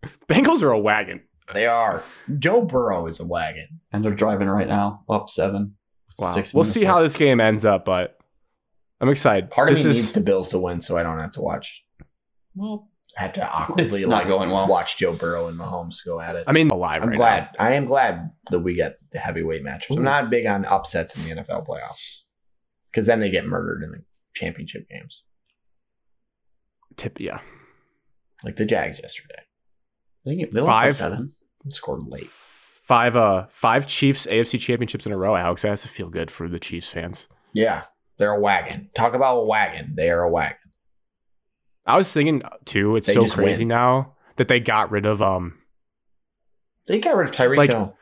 S1: Bengals are a wagon.
S3: they are. Joe Burrow is a wagon.
S2: And they're driving right now, up seven.
S1: Wow.
S2: Six
S1: we'll
S2: minutes
S1: see how
S2: left.
S1: this game ends up, but I'm excited.
S3: Part of
S1: this
S3: me
S1: is,
S3: needs the Bills to win, so I don't have to watch.
S2: Well,
S3: I have to awkwardly
S2: It's not
S3: like
S2: going well.
S3: watch Joe Burrow and Mahomes go at it.
S1: I mean, alive
S3: I'm
S1: right
S3: glad.
S1: now.
S3: I am glad that we get the heavyweight matches. I'm not big on upsets in the NFL playoffs because then they get murdered in the championship games,
S1: Tip, yeah.
S3: like the Jags yesterday.
S2: they, get- they lost by
S1: Five.
S2: seven.
S3: Scored late.
S1: Five uh five Chiefs AFC championships in a row, Alex. That has to feel good for the Chiefs fans.
S3: Yeah, they're a wagon. Talk about a wagon. They are a wagon.
S1: I was thinking uh, too, it's
S3: They
S1: so
S3: just
S1: crazy
S3: win.
S1: now that they got rid of um
S3: They got rid of Tyreek
S1: Like-
S3: Hill.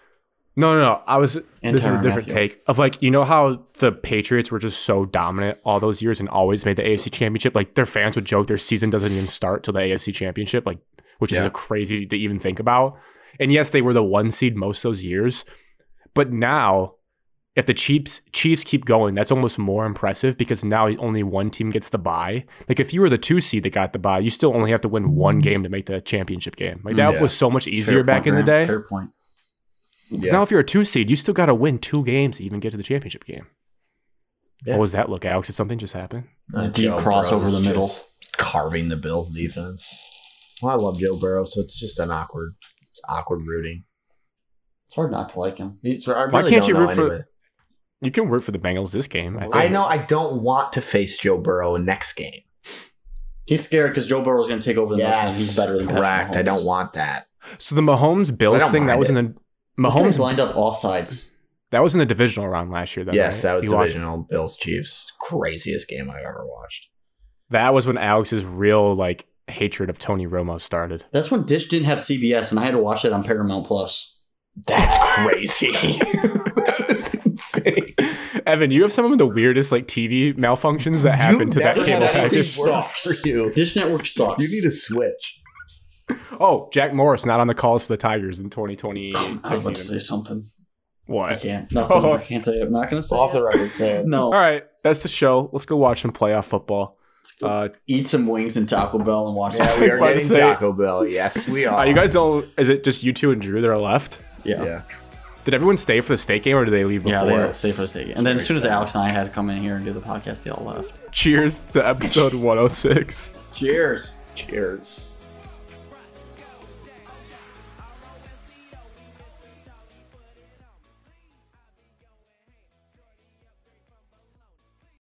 S1: no no no. I was
S2: And
S1: this is a
S2: Tyrann
S1: different
S2: Mathieu.
S1: take of like you know how the Patriots were just so dominant all those years and always made the AFC championship? Like their fans would joke their season doesn't even start till the AFC championship, like which is
S3: Yeah.
S1: a crazy to even think about. And yes, they were the one seed most those years. But now if the Chiefs Chiefs keep going, that's almost more impressive because now only one team gets the bye. Like if you were the two seed that got the bye, you still only have to win one game to make the championship game. Like that
S3: Yeah.
S1: was so much easier
S2: Fair
S1: back
S2: point,
S1: in the
S2: Graham.
S1: day.
S2: Fair point.
S1: Because Now if you're a two seed, you still got to win two games to even get to the championship game.
S3: Yeah.
S1: What was that look, Alex? Did something just happen?
S2: A deep
S3: Joe
S2: cross
S3: Burrow's
S2: over the middle.
S3: just carving the Bills defense. Well, I love Joe Burrow, so it's just an awkward, it's awkward rooting.
S2: It's hard not to like him.
S3: It's- I
S1: Why
S3: really
S1: can't
S3: don't
S1: you
S3: know
S1: root for-
S3: anyway.
S1: You can root for the Bengals this game. I, think.
S3: I know I don't want to face Joe Burrow next game.
S2: He's scared because Joe Burrow's going to take over the
S3: Yes,
S2: yes, He's better than Patrick
S3: correct. I
S2: Mahomes.
S3: don't want that.
S1: So the Mahomes
S3: I
S1: Bills
S3: don't
S1: thing that
S3: mind
S1: was in the
S2: This guy's
S1: Mahomes
S2: lined up offsides.
S1: That was in the divisional round last year. Though,
S4: yes,
S1: right?
S4: that was
S1: You watched-
S4: divisional. Bills Chiefs, craziest game I've ever watched.
S1: That was when Alex's real like hatred of Tony Romo started.
S2: That's when Dish didn't have CBS, and I had to watch it on Paramount Plus.
S4: That's crazy. that is insane.
S1: Evan, you have some of the weirdest like TV malfunctions that happened to that
S2: doesn't
S1: cable
S2: have anything
S1: package.
S2: to work for
S4: you.
S2: Dish Network sucks.
S4: You need a switch.
S1: Oh, Jack Morris not on the calls for the Tigers in 2020.
S2: I was about to say something. I
S1: What?
S2: can't. Nothing. I can't say. It. I'm not gonna say.
S3: Off
S2: it.
S3: the record, say it.
S1: All
S2: No.
S1: right, that's the show. Let's go watch some playoff football. Uh,
S2: Eat some wings and Taco Bell and watch.
S4: Yeah, we are
S1: About to
S4: getting
S1: say-
S4: Taco Bell. Yes, we are.
S1: uh, you guys don't? Is it just you two and Drew that are left?
S2: Yeah.
S4: Yeah.
S1: Did everyone stay for the state game or did they leave
S2: Yeah,
S1: before?
S2: they had safe as they. And then as soon as Alex and I had to come in here and do the podcast, they all left.
S1: oh Cheers to episode 106.
S2: Cheers.
S4: Cheers.